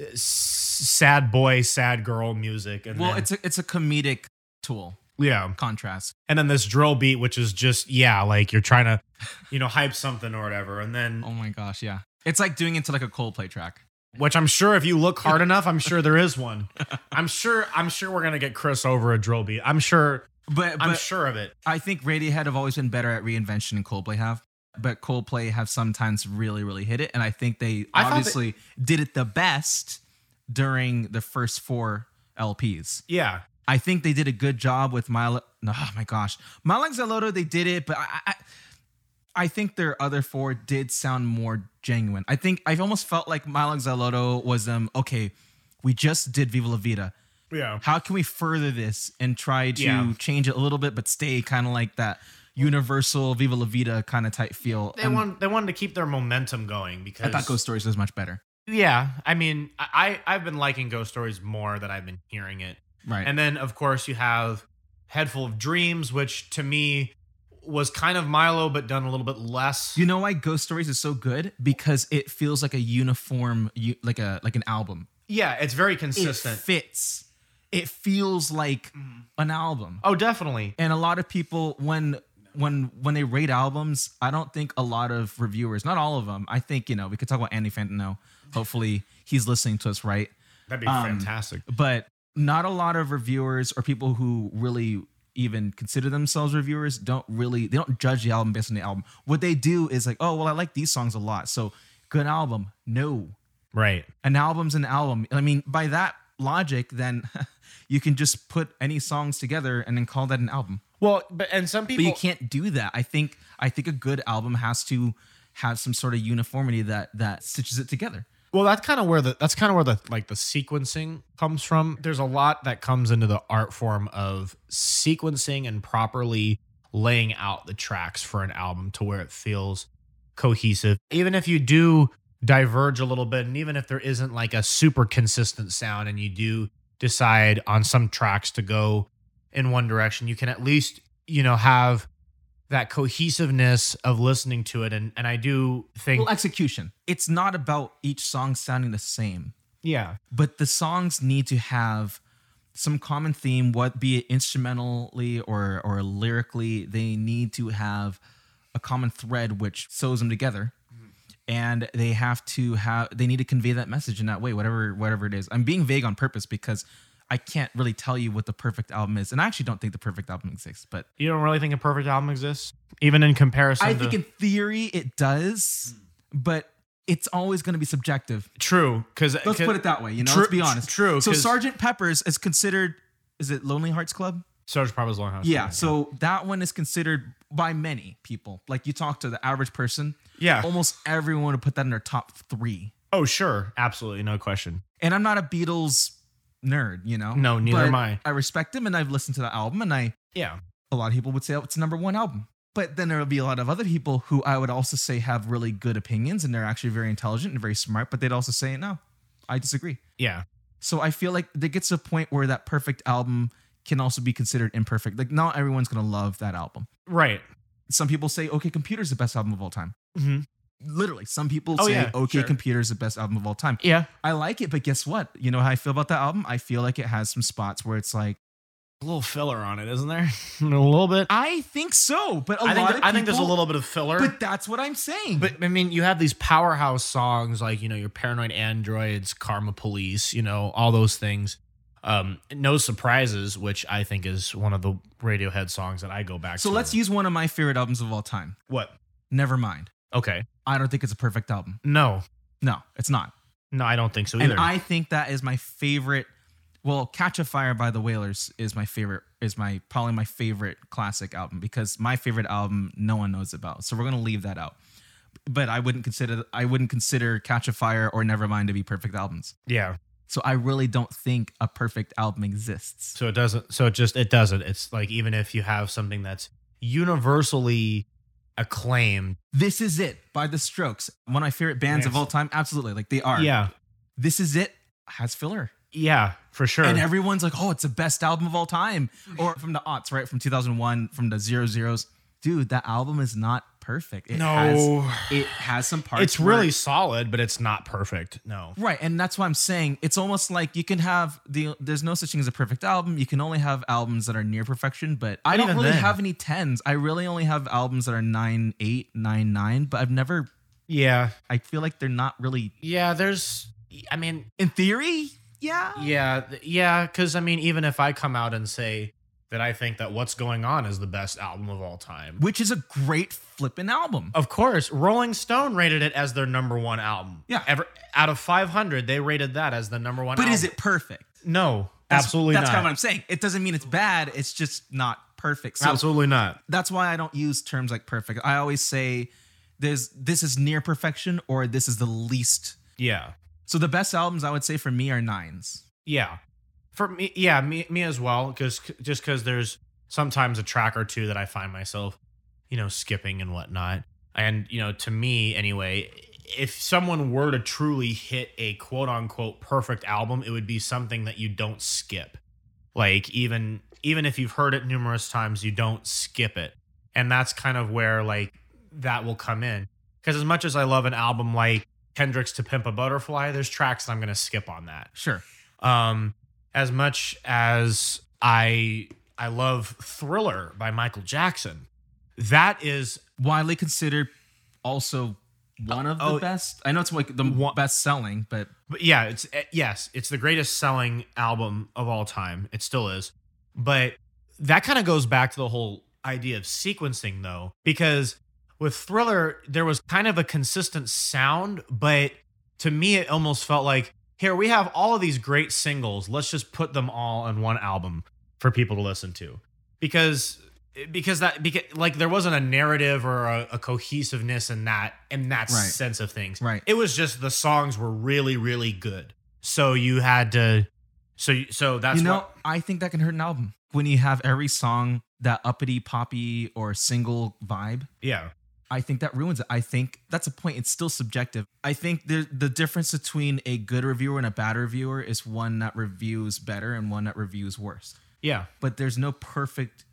uh, s- sad boy sad girl music and Well, then- it's a it's a comedic tool yeah contrast. and then this drill beat which is just yeah like you're trying to you know hype something or whatever and then Oh my gosh, yeah. It's like doing it to like a Coldplay track. which i'm sure if you look hard enough i'm sure there is one i'm sure i'm sure we're gonna get chris over a drill beat i'm sure But, i'm but sure of it I think Radiohead have always been better at reinvention than Coldplay have. But Coldplay have sometimes really, really hit it. And I think they I thought that- obviously did it the best during the first four LPs. yeah I think they did a good job with Milo. No, oh my gosh. Milo Zalotto, they did it, but I, I, I think their other four did sound more genuine. I think I've almost felt like Milo Zalotto was, um, okay, we just did Viva La Vida. yeah how can we further this and try to Yeah. change it a little bit, but stay kind of like that universal Viva La Vida kind of type feel. they and want they wanted to keep their momentum going because I thought Ghost Stories was much better. Yeah, I mean, I I- I've been liking Ghost Stories more that I've been hearing it, Right. and then of course you have Head Full of Dreams, which to me was kind of Milo but done a little bit less. you know why Ghost Stories is so good? Because it feels like a uniform, u- like a like an album. yeah, it's very it consistent. fits. It feels like an album. oh, definitely. and a lot of people when when when they rate albums i don't think a lot of reviewers not all of them i think you know we could talk about andy fantano hopefully he's listening to us right That'd be Um, fantastic. but not a lot of reviewers or people who really even consider themselves reviewers don't really they don't judge the album based on the album what they do is like oh well i like these songs a lot so good album no Right. an album's an album. I mean, by that logic, then you can just put any songs together and then call that an album. Well, but and some people But you can't do that. I think I think a good album has to have some sort of uniformity that that stitches it together. Well, that's kind of where the that's kind of where the like the sequencing comes from. There's a lot that comes into the art form of sequencing and properly laying out the tracks for an album to where it feels cohesive. Even if you do diverge a little bit and even if there isn't like a super consistent sound and you do decide on some tracks to go in one direction, you can at least, you know, have that cohesiveness of listening to it and and I do think Well, execution. It's not about each song sounding the same, yeah. but the songs need to have some common theme, what be it instrumentally or or lyrically, they need to have a common thread which sews them together. and they have to have they need to convey that message in that way whatever whatever it is i'm being vague on purpose because i can't really tell you what the perfect album is and i actually don't think the perfect album exists but You don't really think a perfect album exists, even in comparison. i to- think in theory it does but it's always going to be subjective true because let's put it that way you know True- let's be honest true, so 'cause- sergeant pepper's is considered is it lonely hearts club Serge Pepper's Longhouse. yeah so that one is considered by many people like you talk to the average person yeah. almost everyone would put that in their top three Oh sure, absolutely, no question. and I'm not a Beatles nerd, you know. No, neither But am I. I respect them, and I've listened to the album, and I Yeah, a lot of people would say oh, it's the number one album. But then there will be a lot of other people who I would also say have really good opinions, and they're actually very intelligent and very smart. But they'd also say no, I disagree. yeah, So I feel like it gets to a point where that perfect album can also be considered imperfect. Like not everyone's gonna love that album. right. Some people say okay, Computer's the best album of all time. Mm-hmm. Literally, some people Oh, say yeah, okay, sure. Computer's the best album of all time. Yeah, I like it, but guess what? You know how I feel about that album? I feel like it has some spots where it's like, a little filler on it, isn't there? a little bit. I think so, but a I lot think of I think there's a people- little bit of filler. But that's what I'm saying. But I mean, you have these powerhouse songs like you know your paranoid androids, Karma Police, you know all those things. Um, no surprises, which I think is one of the Radiohead songs that I go back so to. let's use one of my favorite albums of all time. what? Never mind. Okay, I don't think it's a perfect album. no, No, it's not. no, I don't think so either. And I think that is my favorite. Well, Catch a Fire by the Wailers is my favorite. Is my probably my favorite classic album because my favorite album no one knows about. So we're gonna leave that out. But I wouldn't consider I wouldn't consider Catch a Fire or Nevermind to be perfect albums. yeah. So I really don't think a perfect album exists. So it doesn't. So it just it doesn't. It's like even if you have something that's universally acclaimed. This is it by the Strokes, one of my favorite bands of Yes. all time. Absolutely, like they are. Yeah. This is it has filler, Yeah. For sure. and everyone's like, "Oh, it's the best album of all time," or from the aughts, right? From 2001, from the zero zeros. Dude, that album is not perfect. It no. has, it has some parts. it's where- really solid, but it's not perfect. No. Right, and that's why I'm saying it's almost like you can have the there's no such thing as a perfect album. You can only have albums that are near perfection, but I don't even really then. have any tens. I really only have albums that are nine, eight, nine, nine. But I've never. Yeah. I feel like they're not really Yeah. There's. I mean. in theory. Yeah. Yeah. th- Yeah. Because I mean, even if I come out and say that I think that what's going on is the best album of all time. Which is a great flippin' album. Of course, Rolling Stone rated it as their number one album. Yeah. Ever out of 500, they rated that as the number one But album. is it perfect? No, That's- absolutely That's not. kind of what I'm saying. It doesn't mean it's bad. It's just not perfect. So absolutely not. that's why I don't use terms like perfect. I always say there's this is near perfection or this is the least Yeah. So the best albums I would say for me are nines. Yeah. For me, yeah, me, me as well. Because just because there's sometimes a track or two that I find myself, you know, skipping and whatnot. And you know, to me anyway, if someone were to truly hit a quote unquote perfect album, it would be something that you don't skip. Like even even if you've heard it numerous times, you don't skip it. And that's kind of where like that will come in. Because as much as I love an album like Kendrick's To Pimp a Butterfly, there's tracks that I'm going to skip on that. Sure. Um, as much as I I love Thriller by Michael Jackson, that is Widely considered also one of the Oh. best. I know it's like the One- best selling, but But yeah, it's eh, yes, it's the greatest selling album of all time. It still is. But that kind of goes back to the whole idea of sequencing though, because with Thriller there was kind of a consistent sound, but to me it almost felt like here we have all of these great singles, let's just put them all in one album for people to listen to. Because eh, because that because like there wasn't a narrative or a, a cohesiveness in that in Right. that sense of things right. it was just the songs were really really good so you had to so you- so that's you know, what I think that can hurt an album when you have every song that uppity poppy or single vibe. yeah I think that ruins it. I think that's a point. It's still subjective. I think the the difference between a good reviewer and a bad reviewer is one that reviews better and one that reviews worse. yeah But there's no perfect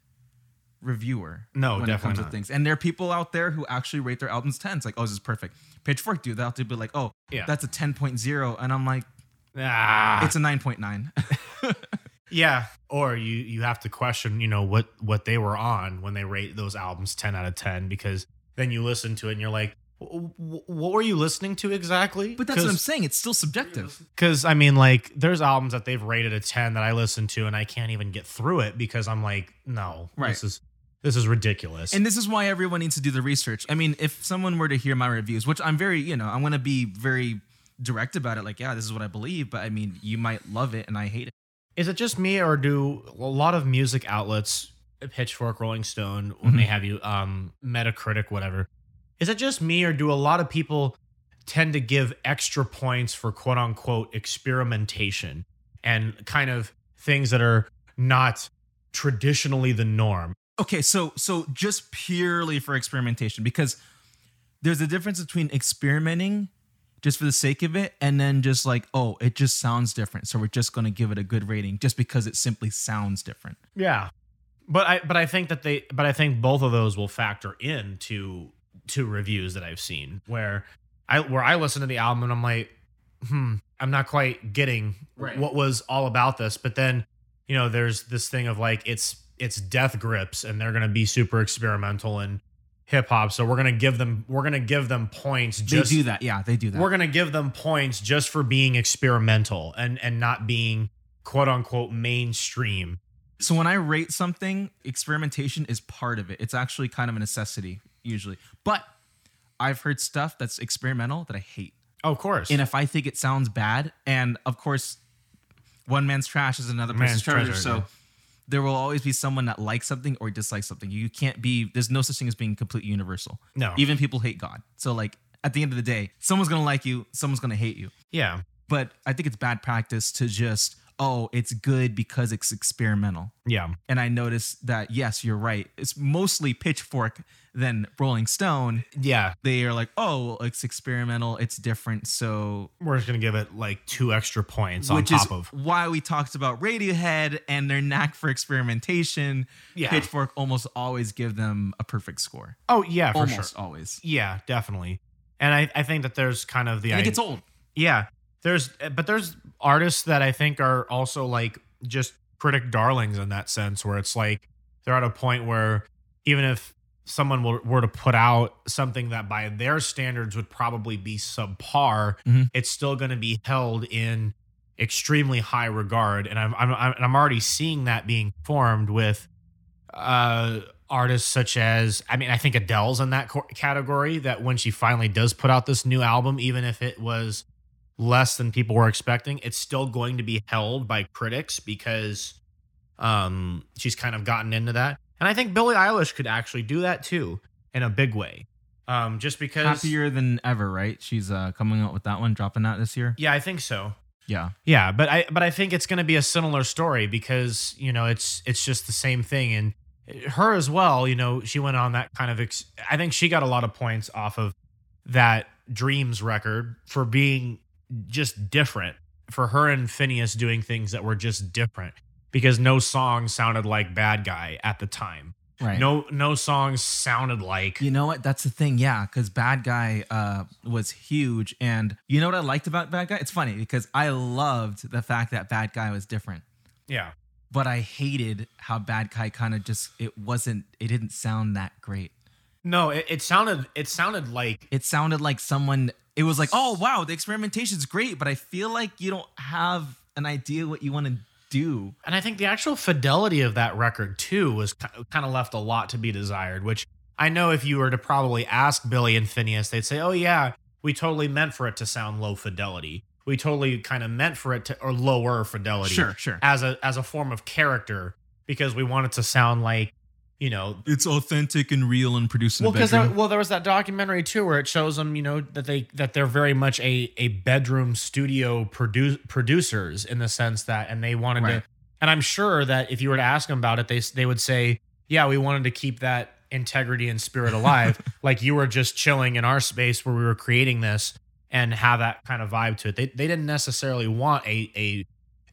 reviewer. No, when it definitely comes not. to things. And there are people out there who actually rate their albums tens. Like, oh, this is perfect. Pitchfork do that. They'll be like, oh, Yeah. that's a 10.0. And I'm like, ah, it's a 9.9. yeah or you you have to question you know what what they were on when they rate those albums 10 out of 10 because then you listen to it and you're like "W- w- what were you listening to exactly but that's what I'm Because- saying. It's still subjective. Cause I mean, like, there's albums that they've rated a ten that I listen to, and I can't even get through it because I'm like, no, Right. this is this is ridiculous. And this is why everyone needs to do the research. I mean, if someone were to hear my reviews, which I'm very, you know, I'm going to be very direct about it. Like, yeah, this is what I believe. But I mean, you might love it and I hate it. Is it just me, or do a lot of music outlets, Pitchfork, Rolling Stone, when they have you, um, Metacritic, whatever? Is it just me, or do a lot of people tend to give extra points for quote unquote experimentation and kind of things that are not traditionally the norm? Okay, so so just purely for experimentation because there's a difference between experimenting just for the sake of it and then just like, oh, it just sounds different. So we're just going to give it a good rating just because it simply sounds different. Yeah, but I but I think that they but I think both of those will factor in to to reviews that I've seen where I where I listen to the album and I'm like, hmm, I'm not quite getting Right. what was all about this. But then you know, there's this thing of like it's it's death grips and they're gonna be super experimental and hip hop, so we're gonna give them we're gonna give them points just they do that. Yeah, they do that. we're gonna give them points just for being experimental and and not being quote unquote mainstream So when I rate something, experimentation is part of it. It's actually kind of a necessity usually. But I've heard stuff that's experimental that I hate. of course And if I think it sounds bad, and of course, one man's trash is another Man's person's treasure. treasure, so yeah. there will always be someone that likes something or dislikes something. You can't be. There's no such thing as being completely universal. No. Even people hate God. So like at the end of the day, someone's gonna like you. Someone's gonna hate you. yeah. But I think it's bad practice to just oh, it's good because it's experimental. Yeah. and I noticed that yes, you're right. It's mostly Pitchfork than Rolling Stone. Yeah. They are like, oh, well, it's experimental, it's different. So, We're just going to give it like two extra points which on is top of. why we talked about Radiohead and their knack for experimentation. Yeah. Pitchfork almost always give them a perfect score. Oh, yeah, for almost sure. always. Yeah, definitely. And I, I think that there's kind of the I think idea- it's old. Yeah. There's but there's artists that I think are also like just critic darlings in that sense where it's like they're at a point where even if someone were, were to put out something that by their standards would probably be subpar, Mhm. it's still going to be held in extremely high regard and I'm I'm I'm, and I'm already seeing that being formed with uh artists such as I mean I think Adele's in that co- category that when she finally does put out this new album even if it was less than people were expecting it's still going to be held by critics because um she's kind of gotten into that and I think Billie Eilish could actually do that too in a big way um just because Happier than ever, right? She's uh, coming out with that one, dropping that this year. yeah I think so Yeah. Yeah, but I but I think it's going to be a similar story because you know it's it's just the same thing and her as well. You know, she went on that kind of. Ex- I think she got a lot of points off of that Dreams record for being just different. For her and Phineas doing things that were just different because no song sounded like Bad Guy at the time. Right. No no songs sounded like You know what? That's the thing. Yeah, because Bad Guy uh, was huge, and you know what I liked about Bad Guy? It's funny because I loved the fact that Bad Guy was different, yeah. but I hated how Bad Guy kind of just it wasn't. It didn't sound that great. No, it, it sounded it sounded like It sounded like someone. It was like, oh wow, the experimentation's great, but I feel like you don't have an idea what you want to do. and I think the actual fidelity of that record too was kind of left a lot to be desired. Which I know if you were to probably ask Billy and Phineas, they'd say, "Oh yeah, we totally meant for it to sound low fidelity. We totally kind of meant for it to or lower fidelity, Sure, sure. as a as a form of character because we want it to sound like you know It's authentic and real and produced well, because there, well, there was that documentary too, where it shows them, you know, that they that they're very much a a bedroom studio produce producers in the sense that, and they wanted Right. to, and I'm sure that if you were to ask them about it, they s- they would say, yeah, we wanted to keep that integrity and spirit alive, like you were just chilling in our space where we were creating this and have that kind of vibe to it. They they didn't necessarily want a a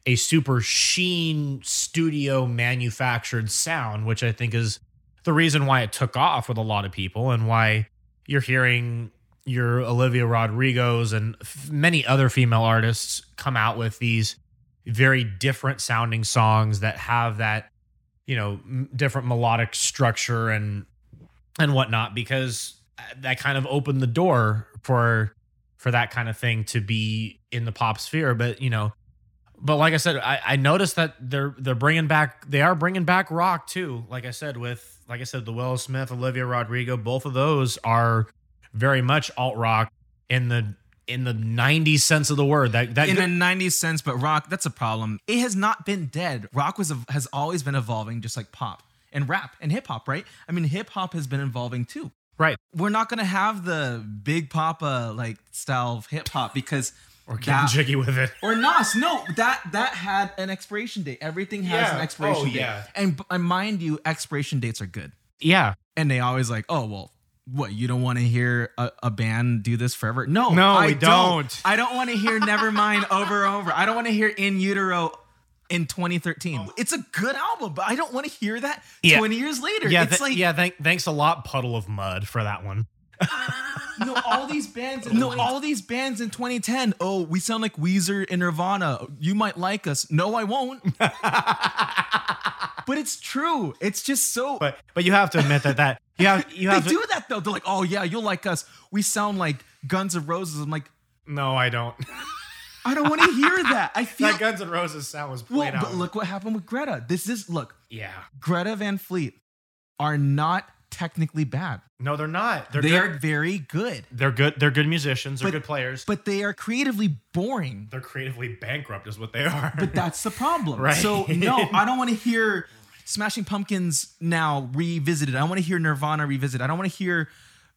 a super sheen studio manufactured sound, which I think is the reason why it took off with a lot of people and why you're hearing your Olivia Rodrigo's and f- many other female artists come out with these very different sounding songs that have that you know m- different melodic structure and and whatnot because uh, that kind of opened the door for for that kind of thing to be in the pop sphere but you know but like I said, I, I noticed that they're they're bringing back they are bringing back rock too. Like I said, with like I said, the Will Smith, Olivia Rodrigo, both of those are very much alt rock in the in the '90s sense of the word. That that in the 90s sense, but rock, that's a problem. It has not been dead. Rock was has always been evolving, just like pop and rap and hip hop, right? I mean, hip hop has been evolving too. right We're not gonna have the big papa like style of hip hop because or getting jiggy with it. or Nas. No, that that had an expiration date. Everything has Yeah. an expiration Oh, date. yeah. And, and mind you, expiration dates are good. Yeah, And they always like, oh well, what you don't want to hear a, a band do this forever? No, No, I we don't. I don't want to hear Nevermind over and over. I don't want to hear In Utero in Oh. 2013. It's a good album, but I don't want to hear that Yeah. 20 years later. yeah, it's th- like yeah. Thank, thanks a lot, puddle of mud, for that one. no, all these bands. no, all these bands in 2010. Oh, we sound like Weezer and Nirvana. You might like us. No, I won't. but it's true. It's just so. But but you have to admit that that you have you they have to, do that though. They're like, oh yeah, you'll like us. We sound like Guns N' Roses. I'm like, no, I don't. I don't want to hear that. I feel. that Guns N' Roses sound was well, played out. but look what happened with Greta. This is look, yeah, Greta Van Fleet are not technically bad. no, they're not. They're They're good. very good, They're good. They're good musicians. They're But- good players. but they are creatively boring. they're creatively bankrupt, is what they are. But that's the problem. Right. So no, I don't want to hear Smashing Pumpkins now revisited. I want to hear Nirvana revisited. I don't want to hear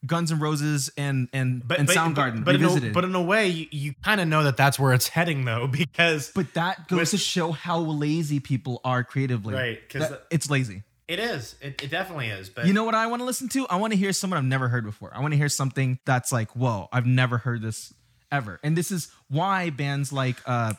Guns N' Roses and and and Soundgarden But, in a, revisited. but in a way, you, you kind of know that that's where it's heading, though, because But that goes to show how lazy people are creatively. Right, 'cause That- the- it's lazy. it is. It, it definitely is. But You know what I want to listen to? I want to hear someone I've never heard before. I want to hear something that's like, whoa, I've never heard this ever. And this is why bands like, uh,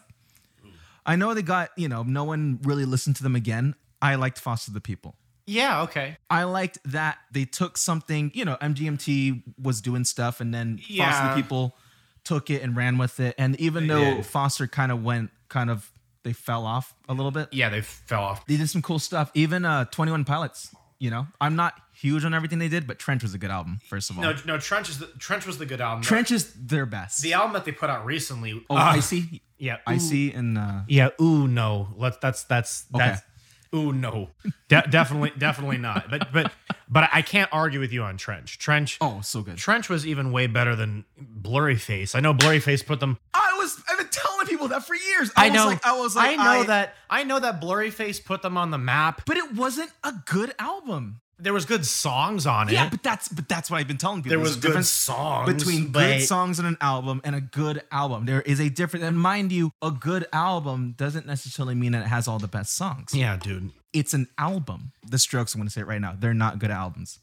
I know they got, you know, no one really listened to them again. I liked Foster the People. yeah, okay, I liked that they took something, you know, MGMT was doing stuff and then Yeah. Foster the People took it and ran with it. And even They though did. Foster kind of went, kind of, they fell off a little bit yeah, they fell off. they did some cool stuff. Even uh, Twenty One Pilots. You know, I'm not huge on everything they did, but Trench was a good album. First of all, No, no, Trench is the, Trench was the good album. Trench is their best. the album that they put out recently. oh, uh, Icy, yeah, ooh, Icy, and uh, Yeah, ooh no, let's that's that's that's ooh no, De- definitely definitely not. But but but I can't argue with you on Trench. Trench. oh, so good. Trench was even way better than Blurry Face. I know Blurry Face put them I was I've been telling people that for years. I, I, know. Was like, I was like, I know that. I know that Blurryface put them on the map. but it wasn't a good album. There was good songs on Yeah, it. but that's but that's what I've been telling people. There There's was a good difference songs between but- good songs on an album and a good album. There is a difference, and mind you, a good album doesn't necessarily mean that it has all the best songs. Yeah, dude. it's an album. The Strokes, I'm going to say it right now. They're not good albums.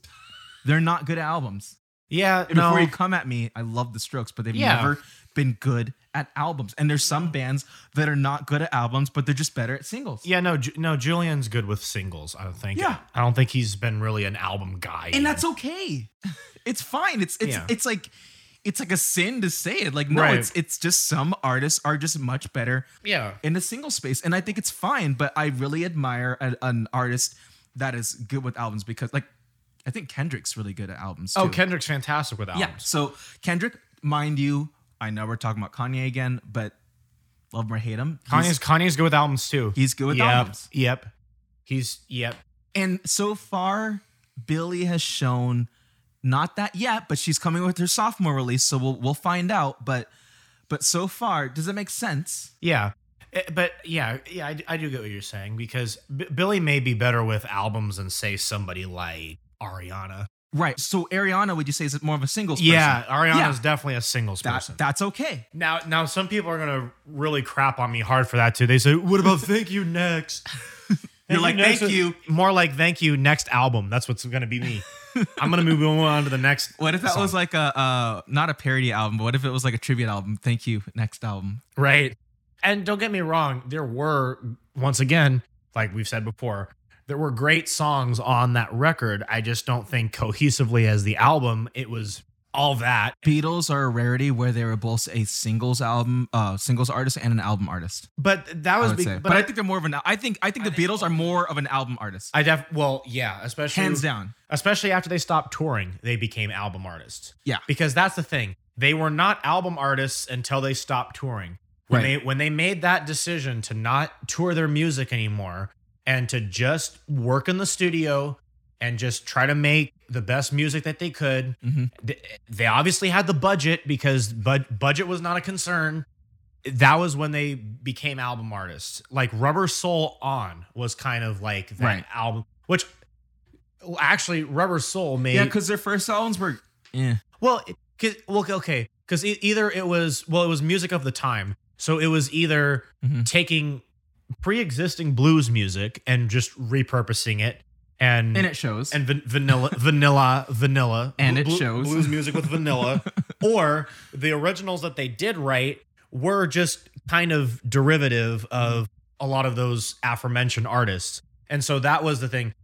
They're not good albums. Yeah, And no. Before you come at me, I love the Strokes, but they've Yeah. never been good at albums. And there's some bands that are not good at albums, but they're just better at singles. yeah, no, Ju- no. Julian's good with singles. I don't think. Yeah. I don't think he's been really an album guy. and that's okay. It's fine. It's it's Yeah. it's like it's like a sin to say it. Like no, Right. it's it's just some artists are just much better yeah, in a single space, and I think it's fine. But I really admire a, an artist that is good with albums because, like, I think Kendrick's really good at albums. Oh, too. Kendrick's fantastic with albums. Yeah. So Kendrick, mind you, I know we're talking about Kanye again, but love him or hate him, he's, Kanye's Kanye's good with albums too. he's good with yep, albums. Yep. He's yep. And so far, Billy has shown not that yet, but she's coming with her sophomore release, so we'll we'll find out. But but so far, does it make sense? Yeah. Eh, But yeah, yeah, I, I do get what you're saying because B- Billy may be better with albums than say somebody like Ariana. Right. So Ariana, would you say is more of a singles? Yeah, person? Ariana's definitely a singles That, person. that's okay. now, now some people are gonna really crap on me hard for that too. They say, "What about Thank You Next?" You're like, Next "Thank was- you." More like "Thank You Next" album. That's what's gonna be me. I'm gonna move on to the next. What if that song. was like a uh, not a parody album, but what if it was like a tribute album? Thank you. Next album. Right. And don't get me wrong, there were, once again, like we've said before, there were great songs on that record. I just don't think cohesively as the album, it was all that. Beatles are a rarity where they were both a singles album, uh, singles artist and an album artist. But that I was, would be- say, but, but, I, think they're more of an. I think I think the Beatles are more of an album artist, I def, well, yeah, especially, hands down. especially after they stopped touring, they became album artists. Yeah. Because that's the thing. They were not album artists until they stopped touring. When Right. they when they made that decision to not tour their music anymore and to just work in the studio and just try to make the best music that they could. Mhm. th- They obviously had the budget because bud- budget was not a concern. That was when they became album artists. Like Rubber Soul On was kind of like that Right. album, which well, actually Rubber Soul made. Yeah, because their first albums were. eh, Yeah. Well, it- cause, well, okay, because either it was well, it was music of the time, so it was either Mhm. taking pre-existing blues music and just repurposing it, and And it shows. Mm. and van- vanilla, vanilla, vanilla, And blu- it blu- shows. blues music with vanilla, or the originals that they did write were just kind of derivative of a lot of those aforementioned artists, and so that was the thing.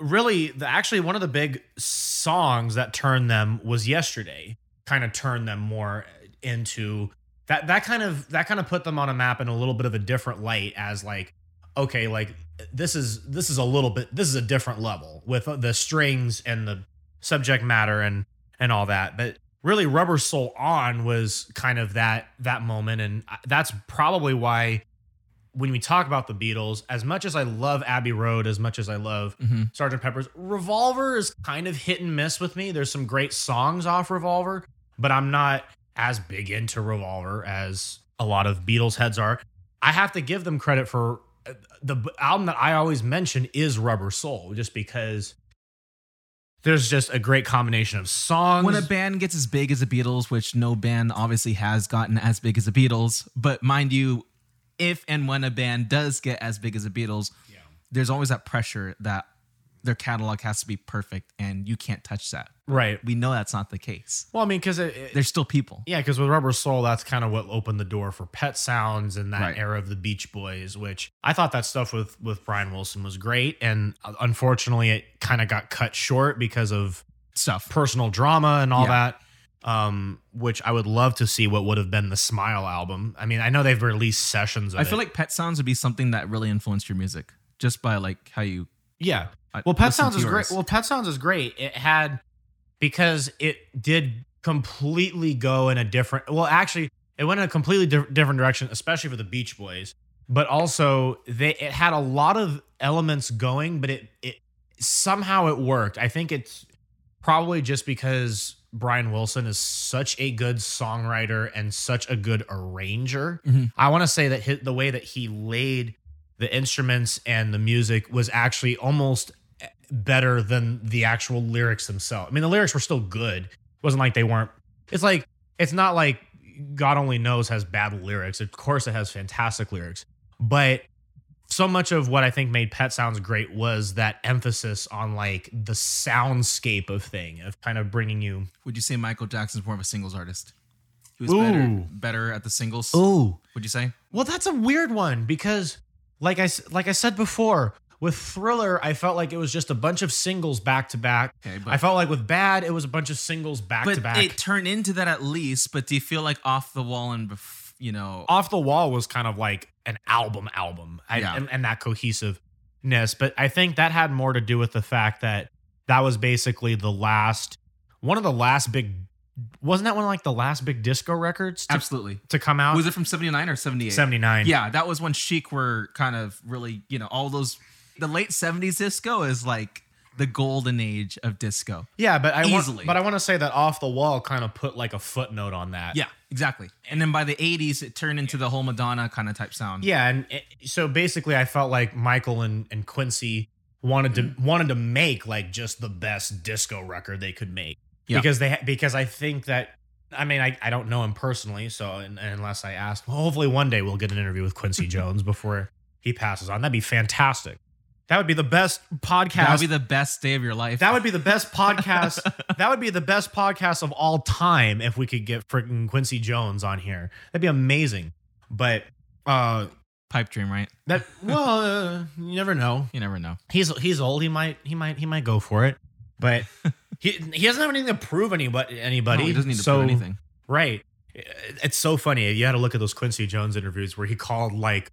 Really, the, actually, one of the big songs that turned them was yesterday. Kind of turned them more into that. That kind of that kind of put them on a map in a little bit of a different light as like okay like this is this is a little bit this is a different level with the strings and the subject matter and and all that but really rubber soul on was kind of that that moment and I- that's probably why when we talk about the beatles as much as i love abbey road as much as i love Mhm. sergeant pepper's revolver is kind of hit and miss with me there's some great songs off revolver but i'm not as big into revolver as a lot of beatles heads are I have to give them credit for uh, the b- album that I always mention is Rubber Soul, just because there's just a great combination of songs. When a band gets as big as the Beatles, which no band obviously has gotten as big as the Beatles, but mind you, if and when a band does get as big as the Beatles, Yeah. there's always that pressure that their catalog has to be perfect, and you can't touch that. right. We know that's not the case. Well, I mean, because it, it- They're still people. yeah, because with Rubber Soul, that's kind of what opened the door for Pet Sounds and that Right. era of the Beach Boys, which I thought that stuff with with Brian Wilson was great, and uh, unfortunately, it kind of got cut short because of Stuff. personal drama and all Yeah. that. Um, which I would love to see what would have been the Smile album. I mean, I know they've released sessions of I feel it. like Pet Sounds would be something that really influenced your music just by like how you. yeah. I- Well, Pet listen Sounds to is great. yours. Well, Pet Sounds is great. It had because it did completely go in a different. Well, actually, it went in a completely di- different direction, especially for the Beach Boys. But also, they it had a lot of elements going, but it it somehow it worked. I think it's probably just because Brian Wilson is such a good songwriter and such a good arranger. Mhm. I want to say that hi the way that he laid the instruments and the music was actually almost better than the actual lyrics themselves. I mean, the lyrics were still good. It wasn't like they weren't. It's like it's not like God only knows has bad lyrics. Of course, it has fantastic lyrics, but so much of what I think made Pet Sounds great was that emphasis on like the soundscape of thing of kind of bringing you. Would you say Michael Jackson's more of a singles artist? He was Ooh. better better at the singles. Ooh, Would you say? well, that's a weird one because, like I s- like I said before, with Thriller, I felt like it was just a bunch of singles back to back. Okay, but- I felt like with Bad, it was a bunch of singles back But to back. it turned into that at least. But do you feel like off the wall and bef- you know? off the wall was kind of like an album album I- Yeah. and, and that cohesiveness but i think that had more to do with the fact that that was basically the last one of the last big wasn't that one of like the last big disco records to, Absolutely. to come out Was it from seventy nine or seventy eight? 79 Yeah, that was when Chic were kind of really you know all those the late seventies disco is like the golden age of disco. yeah but i Easily. want but i want to say that off the wall kind of put like a footnote on that Yeah, exactly. And then by the eighties, it turned into the whole Madonna kind of type sound. Yeah, and it, so basically, I felt like Michael and, and Quincy wanted to Mm-hmm. wanted to make like just the best disco record they could make Yeah. because they ha- because I think that I mean I, I don't know him personally, so un- unless I ask, well, hopefully one day we'll get an interview with Quincy Jones before he passes on. That'd be fantastic. That would be the best that podcast. would be the best day of your life. that would be the best podcast. that would be the best podcast of all time if we could get freaking Quincy Jones on here. That'd be amazing. But uh pipe dream, right? that well, uh, you never know. You never know. He's he's old. He might he might he might go for it, but he he doesn't have anything to prove anybody. Anybody No, he doesn't need to so, prove anything. Right. It- It's so funny. You had to look at those Quincy Jones interviews where he called like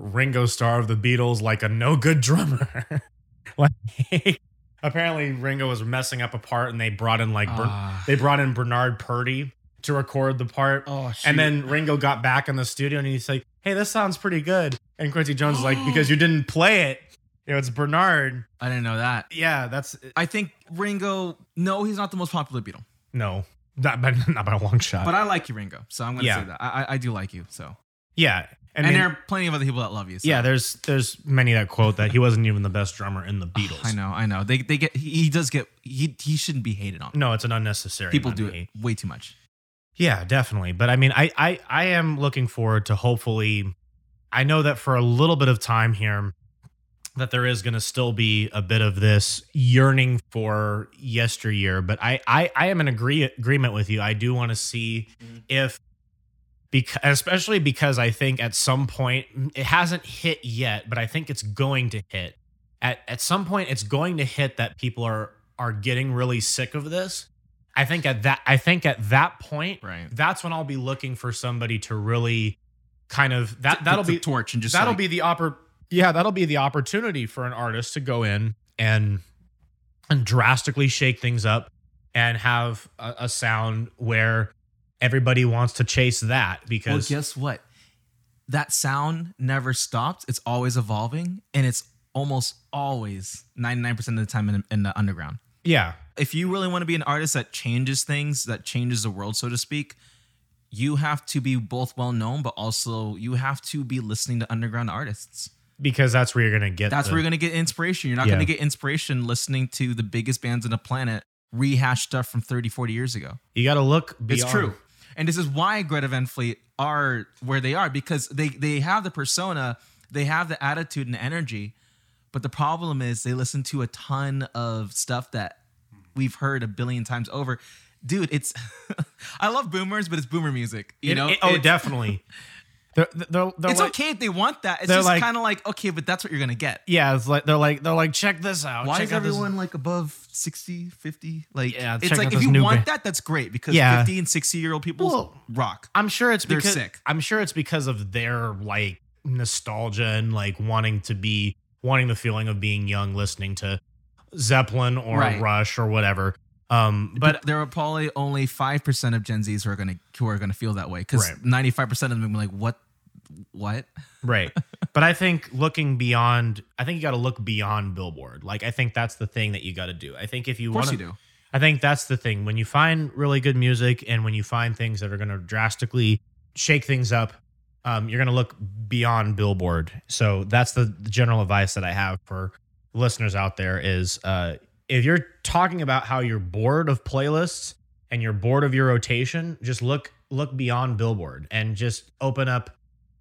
Ringo Starr of the Beatles like a no good drummer. like apparently Ringo was messing up a part, and they brought in like Ber- Ah. they brought in Bernard Purdy to record the part. Oh, And then Ringo got back in the studio and he's like, "Hey, this sounds pretty good." And Quincy Jones is like, "Because you didn't play it, you know, it's Bernard." I didn't know that. Yeah, that's I think Ringo. No, he's not the most popular Beatle, no, not by not by a long shot. but I like you, Ringo. So I'm gonna Uh, Yeah. say that I, I- I do like you. So yeah, and, and, then there are plenty of other people that love you. So. yeah, there's there's many that quote that he wasn't even the best drummer in the Beatles. Ah, I know, I know. They they get he, he does get he he shouldn't be hated on. No, it's an unnecessary. People amount do of hate. it way too much. Yeah, definitely. But I mean, I, I I am looking forward to hopefully. I know that for a little bit of time here, that there is going to still be a bit of this yearning for yesteryear. But I I, I am in agree, agreement with you. I do want to see if. Because, especially because I think at some point mm, it hasn't hit yet, but I think it's going to hit. At at some point, it's going to hit that people are are getting really sick of this. I think at that I think at that point Right. that's when I'll be looking for somebody to really kind of that that'll It's a be torch and just that'll like- be the oppor- yeah that'll be the opportunity for an artist to go in and and drastically shake things up and have a, a sound where everybody wants to chase that Well, because guess what? That sound never stops. It's always evolving, and it's almost always ninety nine percent of the time in, in the underground. yeah If you really want to be an artist that changes things, that changes the world, so to speak, you have to be both well known, but also you have to be listening to underground artists. because that's where you're gonna get That's the- where you're gonna get inspiration. You're not Yeah. gonna get inspiration listening to the biggest bands on the planet rehash stuff from 30, 40 years ago. you gotta look It's beyond- true. And this is why Greta Van Fleet are where they are because they they have the persona, they have the attitude and energy, but the problem is they listen to a ton of stuff that we've heard a billion times over. Dude, it's I love boomers, but it's boomer music. You It- know, it- oh It- definitely they're, they're, they're it's like, okay if they want that. It's They're just like- kind of like okay, but that's what you're gonna get. yeah it's like they're like they're like check this out Why Oh, check is out this- everyone like above 60, 50? Like, Yeah, it's check like out if this you new want band. that, that's great because Yeah. 50 and 60 year old people Well, rock. I'm sure it's They're because sick. I'm sure it's because of their like nostalgia and like wanting to be wanting the feeling of being young, listening to Zeppelin or Right. Rush or whatever. Um, but But there are probably only 5% of Gen Zs who are going to who are going to feel that way cuz Right. 95% of them are like what what? right, but I think looking beyond, I think you got to look beyond Billboard. Like I think that's the thing that you got to do. I think if you Of course want you do. I think that's the thing. When you find really good music and when you find things that are going to drastically shake things up, um, you're going to look beyond Billboard. So that's the, the general advice that I have for listeners out there is uh, if you're talking about how you're bored of playlists and you're bored of your rotation, just look look beyond Billboard and just open up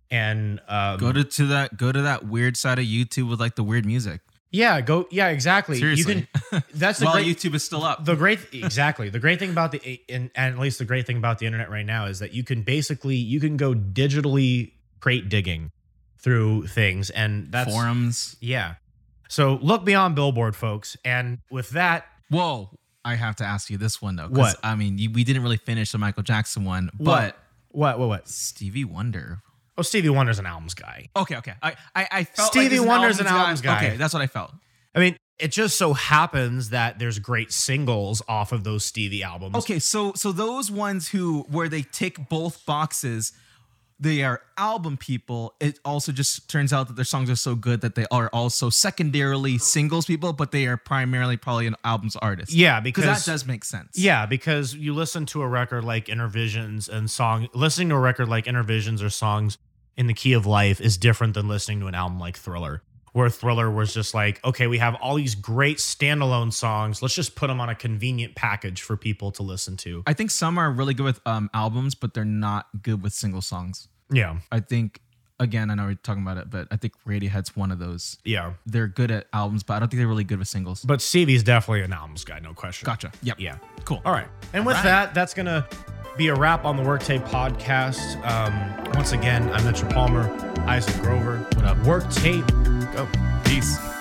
and um, Go to, to that go to that weird side of YouTube with like the weird music. yeah go yeah exactly you Seriously. can that's the While great, YouTube is still up. the great exactly the great thing about the and, and at least the great thing about the internet right now is that you can basically you can go digitally crate digging through things and that's forums. yeah so look beyond billboard folks and with that Whoa. I have to ask you this one though. 'cause, What? I mean, you, we didn't really finish the Michael Jackson one, What? but what what what Stevie Wonder. oh stevie wonder's an albums guy Okay, okay. I I, I felt Stevie like this is Wonder's an albums guy. Okay, that's what I felt. i mean it just so happens that there's great singles off of those stevie albums Okay, so so those ones who where they tick both boxes, they are album people. It also just turns out that their songs are so good that they are also secondarily singles people, but they are primarily probably an albums artist. yeah because because that does make sense. Yeah, because you listen to a record like Intervisions and song listening to a record like Intervisions or songs in the key of life is different than listening to an album like Thriller. Where Thriller was just like, okay, we have all these great standalone songs. Let's just put them on a convenient package for people to listen to. I think some are really good with um albums, but they're not good with single songs. Yeah. I think again, I know we're talking about it, but I think Radiohead's one of those. Yeah. They're good at albums, but I don't think they're really good with singles. But Stevie's definitely an albums guy, no question. Gotcha. Yep. Yeah. Cool. All right. And with All right. that, that's going to be a wrap on the Workday podcast. Um, once again, I'm Mitchell Palmer, Isaac Grover. What up? Work tape. Go. Peace.